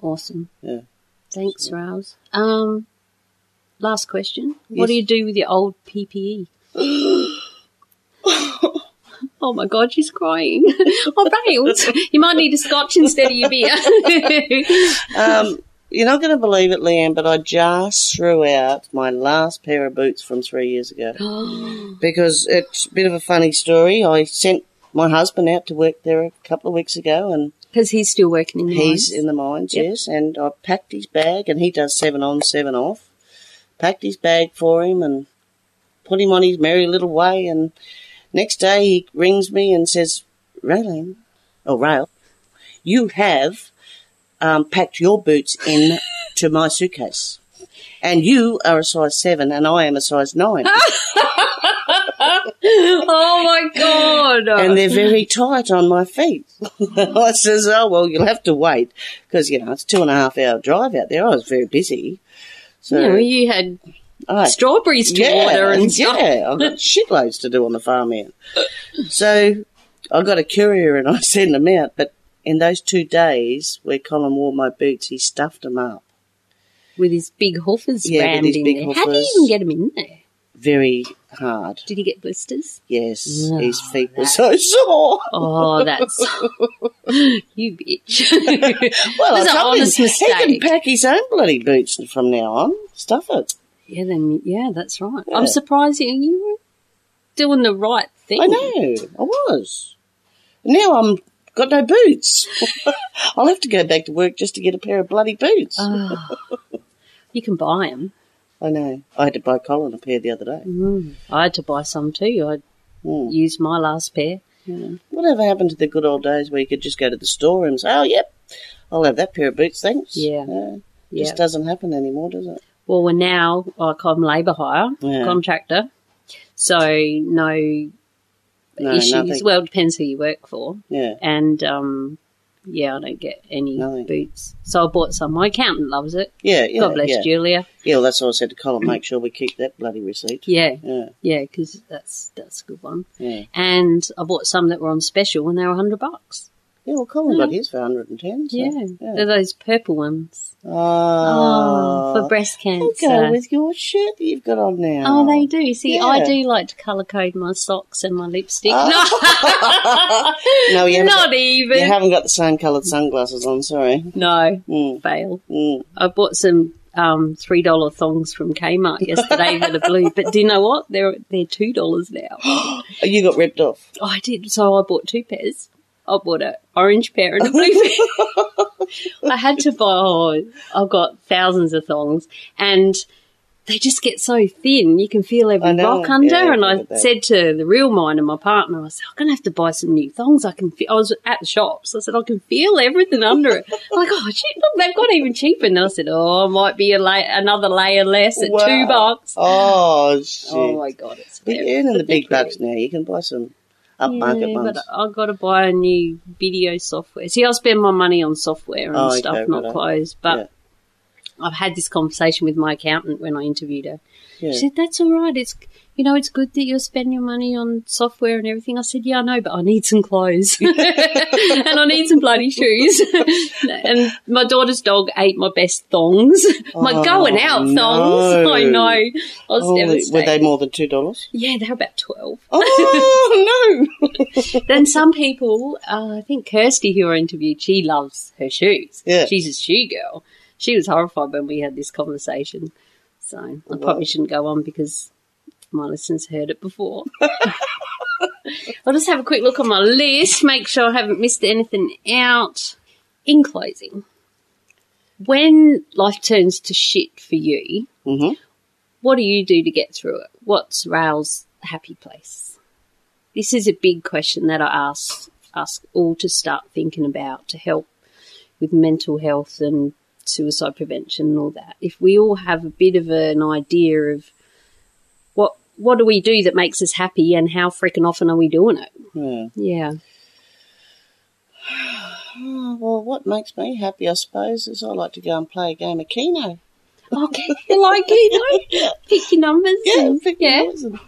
[SPEAKER 2] Awesome.
[SPEAKER 1] Yeah.
[SPEAKER 2] Thanks, Rouse. Um, last question:
[SPEAKER 1] Yes.
[SPEAKER 2] What do you do with your old E?
[SPEAKER 1] <gasps>
[SPEAKER 2] PPE? Oh my god, she's crying. <laughs> oh, Rails, you might need a scotch instead of your beer. <laughs> <gasps>
[SPEAKER 1] Um, <laughs> you're not going to believe it, Leanne, but I just threw out my last pair of boots from three years
[SPEAKER 2] <gasps>
[SPEAKER 1] ago because it's a bit of a funny story. I sent my husband out to work there a couple of weeks ago, and
[SPEAKER 2] Because he's still working in the
[SPEAKER 1] He's
[SPEAKER 2] mines.
[SPEAKER 1] in the mines,
[SPEAKER 2] Yep.
[SPEAKER 1] yes. And I packed his bag, and he does seven on, seven off. Packed his bag for him and put him on his merry little way. And next day he rings me and says, Raylene, or Rail, you have um, packed your boots in to my suitcase. And you are a size seven, and I am a size nine.
[SPEAKER 2] <laughs> oh my god!
[SPEAKER 1] and they're very tight on my feet. <laughs> I says, oh, well, you'll have to wait because, you know, it's two and a half hour drive out there. I was very busy. So
[SPEAKER 2] you, know, you had
[SPEAKER 1] I,
[SPEAKER 2] strawberries to water and stuff.
[SPEAKER 1] yeah, I've got
[SPEAKER 2] <laughs>
[SPEAKER 1] shitloads to do on the farm here. So I got a courier and <laughs> I sent them out. But in those two days where Colin wore my boots, he stuffed them up.
[SPEAKER 2] With his big hoofers
[SPEAKER 1] Yeah, with
[SPEAKER 2] rammed
[SPEAKER 1] his
[SPEAKER 2] in
[SPEAKER 1] big
[SPEAKER 2] there. How do you
[SPEAKER 1] hoofers.
[SPEAKER 2] even get him in there?
[SPEAKER 1] Very hard.
[SPEAKER 2] Did he get blisters?
[SPEAKER 1] Yes, his feet were so <laughs> sore. <laughs>
[SPEAKER 2] Oh, that's you bitch. <laughs>
[SPEAKER 1] Well,
[SPEAKER 2] that's
[SPEAKER 1] I
[SPEAKER 2] an
[SPEAKER 1] told him
[SPEAKER 2] honest
[SPEAKER 1] he can
[SPEAKER 2] mistake.
[SPEAKER 1] pack his own bloody boots from now on. Stuff it.
[SPEAKER 2] yeah, then yeah, that's right.
[SPEAKER 1] Yeah.
[SPEAKER 2] I'm surprised you, you were doing the right thing.
[SPEAKER 1] I know, I was. Now I'm got no boots. <laughs> I'll have to go back to work just to get a pair of bloody boots.
[SPEAKER 2] Ah. <sighs> you can buy them.
[SPEAKER 1] I know. I had to buy Colin a pair the other day.
[SPEAKER 2] Mm. I had to buy some too. I
[SPEAKER 1] Mm.
[SPEAKER 2] used my last pair.
[SPEAKER 1] Whatever happened to the good old days where you could just go to the store and say, "Oh, yep, I'll have that pair of boots, thanks."
[SPEAKER 2] Yeah.
[SPEAKER 1] It Just doesn't happen anymore, does it?
[SPEAKER 2] uh, Well, we're now like I'm labour hire
[SPEAKER 1] Yeah.
[SPEAKER 2] contractor, so no,
[SPEAKER 1] No,
[SPEAKER 2] issues.
[SPEAKER 1] nothing.
[SPEAKER 2] Well, it depends who you work for,
[SPEAKER 1] Yeah.
[SPEAKER 2] and um, yeah, I don't get any
[SPEAKER 1] Nothing.
[SPEAKER 2] boots. So I bought some. My accountant loves it.
[SPEAKER 1] Yeah, yeah,
[SPEAKER 2] God bless
[SPEAKER 1] yeah.
[SPEAKER 2] Julia.
[SPEAKER 1] Yeah, well, that's what I said to Colin. Make sure we keep that bloody receipt.
[SPEAKER 2] Yeah,
[SPEAKER 1] Yeah,
[SPEAKER 2] yeah, because that's that's a good one.
[SPEAKER 1] yeah.
[SPEAKER 2] And I bought some that were on special, and they were hundred bucks.
[SPEAKER 1] Yeah, well, Colin
[SPEAKER 2] Mm.
[SPEAKER 1] got his for 110. So,
[SPEAKER 2] Yeah.
[SPEAKER 1] yeah.
[SPEAKER 2] they're those purple ones.
[SPEAKER 1] Oh,
[SPEAKER 2] Oh, for breast
[SPEAKER 1] I'll
[SPEAKER 2] cancer.
[SPEAKER 1] go with your shirt that you've got on now.
[SPEAKER 2] Oh, they do. See, I
[SPEAKER 1] Yeah.
[SPEAKER 2] do like to colour code my socks and my
[SPEAKER 1] <laughs>
[SPEAKER 2] lipstick. <laughs>
[SPEAKER 1] No, <laughs> you haven't,
[SPEAKER 2] No, not
[SPEAKER 1] got, you
[SPEAKER 2] even.
[SPEAKER 1] haven't got the same coloured sunglasses on, sorry.
[SPEAKER 2] No,
[SPEAKER 1] Mm,
[SPEAKER 2] fail.
[SPEAKER 1] mm.
[SPEAKER 2] I bought some um, three dollar thongs from Kmart yesterday <laughs> that are blue, but do you know what? They're they're two dollars now.
[SPEAKER 1] Oh, you got ripped off.
[SPEAKER 2] I did. So I bought two pairs. I bought an orange pair and a
[SPEAKER 1] <laughs>
[SPEAKER 2] blue pair. I had to buy. Oh, I've got thousands of thongs, and they just get so thin. You can feel every
[SPEAKER 1] I know,
[SPEAKER 2] rock under.
[SPEAKER 1] yeah,
[SPEAKER 2] and
[SPEAKER 1] I
[SPEAKER 2] I
[SPEAKER 1] get that.
[SPEAKER 2] said to the real mine and my partner, I said, "I'm going to have to buy some new thongs. I can." Feel, I was at the shops. I said, "I can feel everything under
[SPEAKER 1] <laughs>
[SPEAKER 2] it." I'm like, oh, shit, look, they've got even cheaper. And then I said, "Oh, it might be a la- another layer less at
[SPEAKER 1] Wow.
[SPEAKER 2] two bucks."
[SPEAKER 1] <gasps> Oh, shit.
[SPEAKER 2] Oh my god, it's
[SPEAKER 1] But
[SPEAKER 2] hilarious.
[SPEAKER 1] you're earning the
[SPEAKER 2] But they're
[SPEAKER 1] big bucks
[SPEAKER 2] pretty.
[SPEAKER 1] now. You can buy some upmarket
[SPEAKER 2] yeah,
[SPEAKER 1] ones.
[SPEAKER 2] but I've got to buy a new video software. See, I spend my money on software and
[SPEAKER 1] Oh, okay,
[SPEAKER 2] stuff, not
[SPEAKER 1] righto.
[SPEAKER 2] clothes. But I've had this conversation with my accountant when I interviewed her.
[SPEAKER 1] yeah.
[SPEAKER 2] She said, "That's all right. It's you know, it's good that you're spending your money on software and everything." I said, "Yeah, I know, but I need some
[SPEAKER 1] <laughs>
[SPEAKER 2] clothes and I need some bloody shoes." <laughs> and my daughter's dog ate my best thongs, my
[SPEAKER 1] Oh,
[SPEAKER 2] going out thongs. <laughs>
[SPEAKER 1] no.
[SPEAKER 2] I know. I was
[SPEAKER 1] Oh, were
[SPEAKER 2] devastated.
[SPEAKER 1] they more than two dollars?
[SPEAKER 2] yeah, they're about twelve.
[SPEAKER 1] <laughs> Oh no!
[SPEAKER 2] then some people, uh, I think Kirsty, who I interviewed, she loves her shoes.
[SPEAKER 1] Yeah.
[SPEAKER 2] She's a shoe girl. She was horrified when we had this conversation. So I probably shouldn't go on because my listeners heard it before. <laughs> I'll just have a quick look on my list, make sure I haven't missed anything out. In closing, when life turns to shit for you,
[SPEAKER 1] hmm
[SPEAKER 2] what do you do to get through it? What's Raoul's happy place? This is a big question that I ask ask all to start thinking about to help with mental health and suicide prevention and all that. If we all have a bit of an idea of what what do we do that makes us happy and how freaking often are we doing it?
[SPEAKER 1] Yeah.
[SPEAKER 2] Yeah.
[SPEAKER 1] Oh, well, what makes me happy, I suppose, is I like to go and play a game of Keno.
[SPEAKER 2] Okay. <laughs> You like it, you know? Pick your numbers.
[SPEAKER 1] Yeah,
[SPEAKER 2] and-
[SPEAKER 1] big
[SPEAKER 2] Hmm. yeah.
[SPEAKER 1] noise and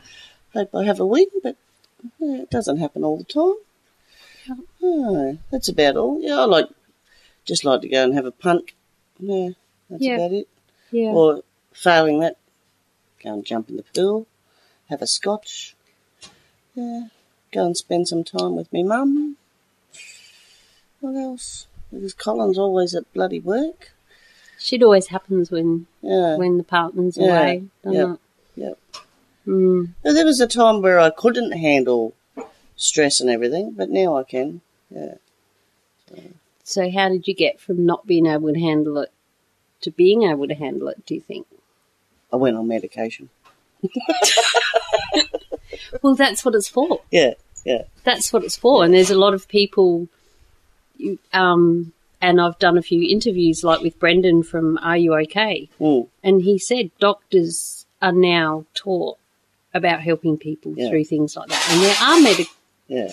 [SPEAKER 1] hope I have a win, but uh, it doesn't happen all the time. No, that's about all. Yeah, I like just like to go and have a punt. Yeah, that's
[SPEAKER 2] Yeah.
[SPEAKER 1] about it.
[SPEAKER 2] Yeah.
[SPEAKER 1] Or failing that, go and jump in the pool, have a scotch. Yeah, go and spend some time with me mum. What else? Because Colin's always at bloody work.
[SPEAKER 2] Shit always happens when
[SPEAKER 1] Yeah.
[SPEAKER 2] when the partner's
[SPEAKER 1] Yeah.
[SPEAKER 2] away, doesn't
[SPEAKER 1] Yeah.
[SPEAKER 2] it?
[SPEAKER 1] Yep.
[SPEAKER 2] Mm.
[SPEAKER 1] Now, There was a time where I couldn't handle stress and everything, but now I can. Yeah.
[SPEAKER 2] So, how did you get from not being able to handle it to being able to handle it, do you think?
[SPEAKER 1] I went on medication.
[SPEAKER 2] Well, that's what it's for.
[SPEAKER 1] Yeah, yeah.
[SPEAKER 2] That's what it's for. And there's a lot of people, you- um, and I've done a few interviews, like with Brendan from Are You OK?
[SPEAKER 1] Mm.
[SPEAKER 2] And he said doctors are now taught about helping people
[SPEAKER 1] Yeah.
[SPEAKER 2] through things like that. And there are medic.
[SPEAKER 1] Yeah.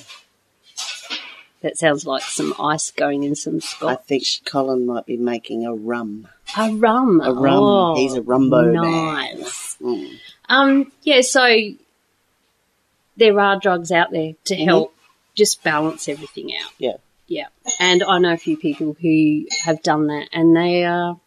[SPEAKER 2] That sounds like some ice going in some
[SPEAKER 1] I
[SPEAKER 2] scotch.
[SPEAKER 1] think Colin might be making a rum.
[SPEAKER 2] A rum.
[SPEAKER 1] A rum.
[SPEAKER 2] Oh,
[SPEAKER 1] He's a rumbo man.
[SPEAKER 2] Nice.
[SPEAKER 1] Mm.
[SPEAKER 2] Um, yeah, so there are drugs out there to help just balance everything out.
[SPEAKER 1] Mm-hmm. Yeah.
[SPEAKER 2] Yeah. And I know a few people who have done that and they are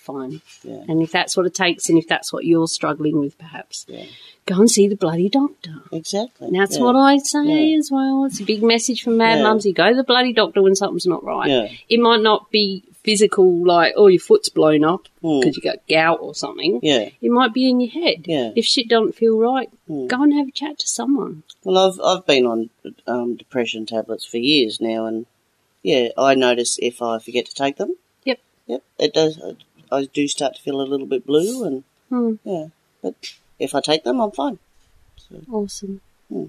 [SPEAKER 2] fine.
[SPEAKER 1] Yeah.
[SPEAKER 2] And if that's what it takes and if that's what you're struggling with, perhaps
[SPEAKER 1] Yeah.
[SPEAKER 2] go and see the bloody doctor.
[SPEAKER 1] Exactly.
[SPEAKER 2] And that's
[SPEAKER 1] yeah.
[SPEAKER 2] what I say
[SPEAKER 1] Yeah.
[SPEAKER 2] as well. It's a big message from Mad
[SPEAKER 1] Yeah.
[SPEAKER 2] Mumsy. Go to the bloody doctor when something's not right.
[SPEAKER 1] Yeah.
[SPEAKER 2] It might not be physical, like, oh, your foot's blown up
[SPEAKER 1] Mm.
[SPEAKER 2] because you got gout or something.
[SPEAKER 1] Yeah.
[SPEAKER 2] It might be in your head.
[SPEAKER 1] Yeah.
[SPEAKER 2] If shit don't feel right,
[SPEAKER 1] Mm.
[SPEAKER 2] go and have a chat to someone.
[SPEAKER 1] Well, I've I've been on um, depression tablets for years now, and yeah, I notice if I forget to take them.
[SPEAKER 2] Yep.
[SPEAKER 1] Yep. It does. I, I do start to feel a little bit blue, and
[SPEAKER 2] Hmm,
[SPEAKER 1] yeah, but if I take them, I'm fine.
[SPEAKER 2] awesome.
[SPEAKER 1] Hmm.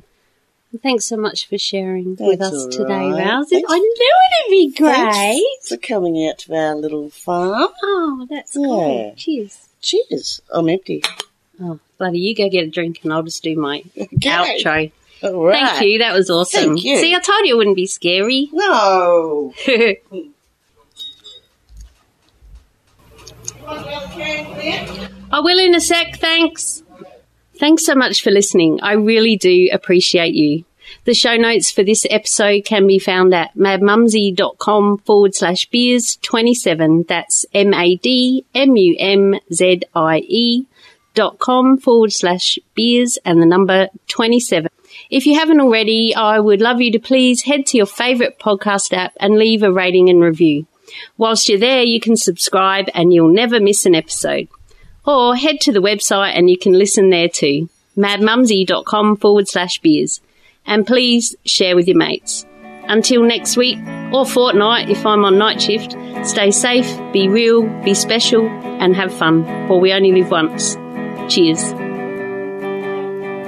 [SPEAKER 2] Well, Thanks so much for sharing with
[SPEAKER 1] That's
[SPEAKER 2] us
[SPEAKER 1] all
[SPEAKER 2] today,
[SPEAKER 1] right.
[SPEAKER 2] Rouse.
[SPEAKER 1] Thanks.
[SPEAKER 2] I knew it'd be great.
[SPEAKER 1] Thanks for coming out to our little farm.
[SPEAKER 2] Oh, that's
[SPEAKER 1] Yeah.
[SPEAKER 2] cool. Cheers.
[SPEAKER 1] Cheers. I'm empty.
[SPEAKER 2] Oh, bloody, you go get a drink and I'll just do my outro.
[SPEAKER 1] All right.
[SPEAKER 2] Thank you. That was awesome.
[SPEAKER 1] Thank you.
[SPEAKER 2] See, I told you it wouldn't be scary. <laughs>
[SPEAKER 1] No.
[SPEAKER 2] I will in a sec, thanks. Thanks so much for listening. I really do appreciate you. The show notes for this episode can be found at madmumsy.com forward slash beers 27. That's M A D M U M Z I E dot com forward slash beers and the number 27. If you haven't already, I would love you to please head to your favorite podcast app and leave a rating and review. Whilst you're there, you can subscribe and you'll never miss an episode. Or head to the website and you can listen there too. madmumsy.com forward slash beers. And please share with your mates. Until next week or fortnight if I'm on night shift, stay safe, be real, be special, and have fun, for we only live once. Cheers.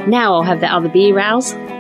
[SPEAKER 2] Now I'll have that other beer, Rouse.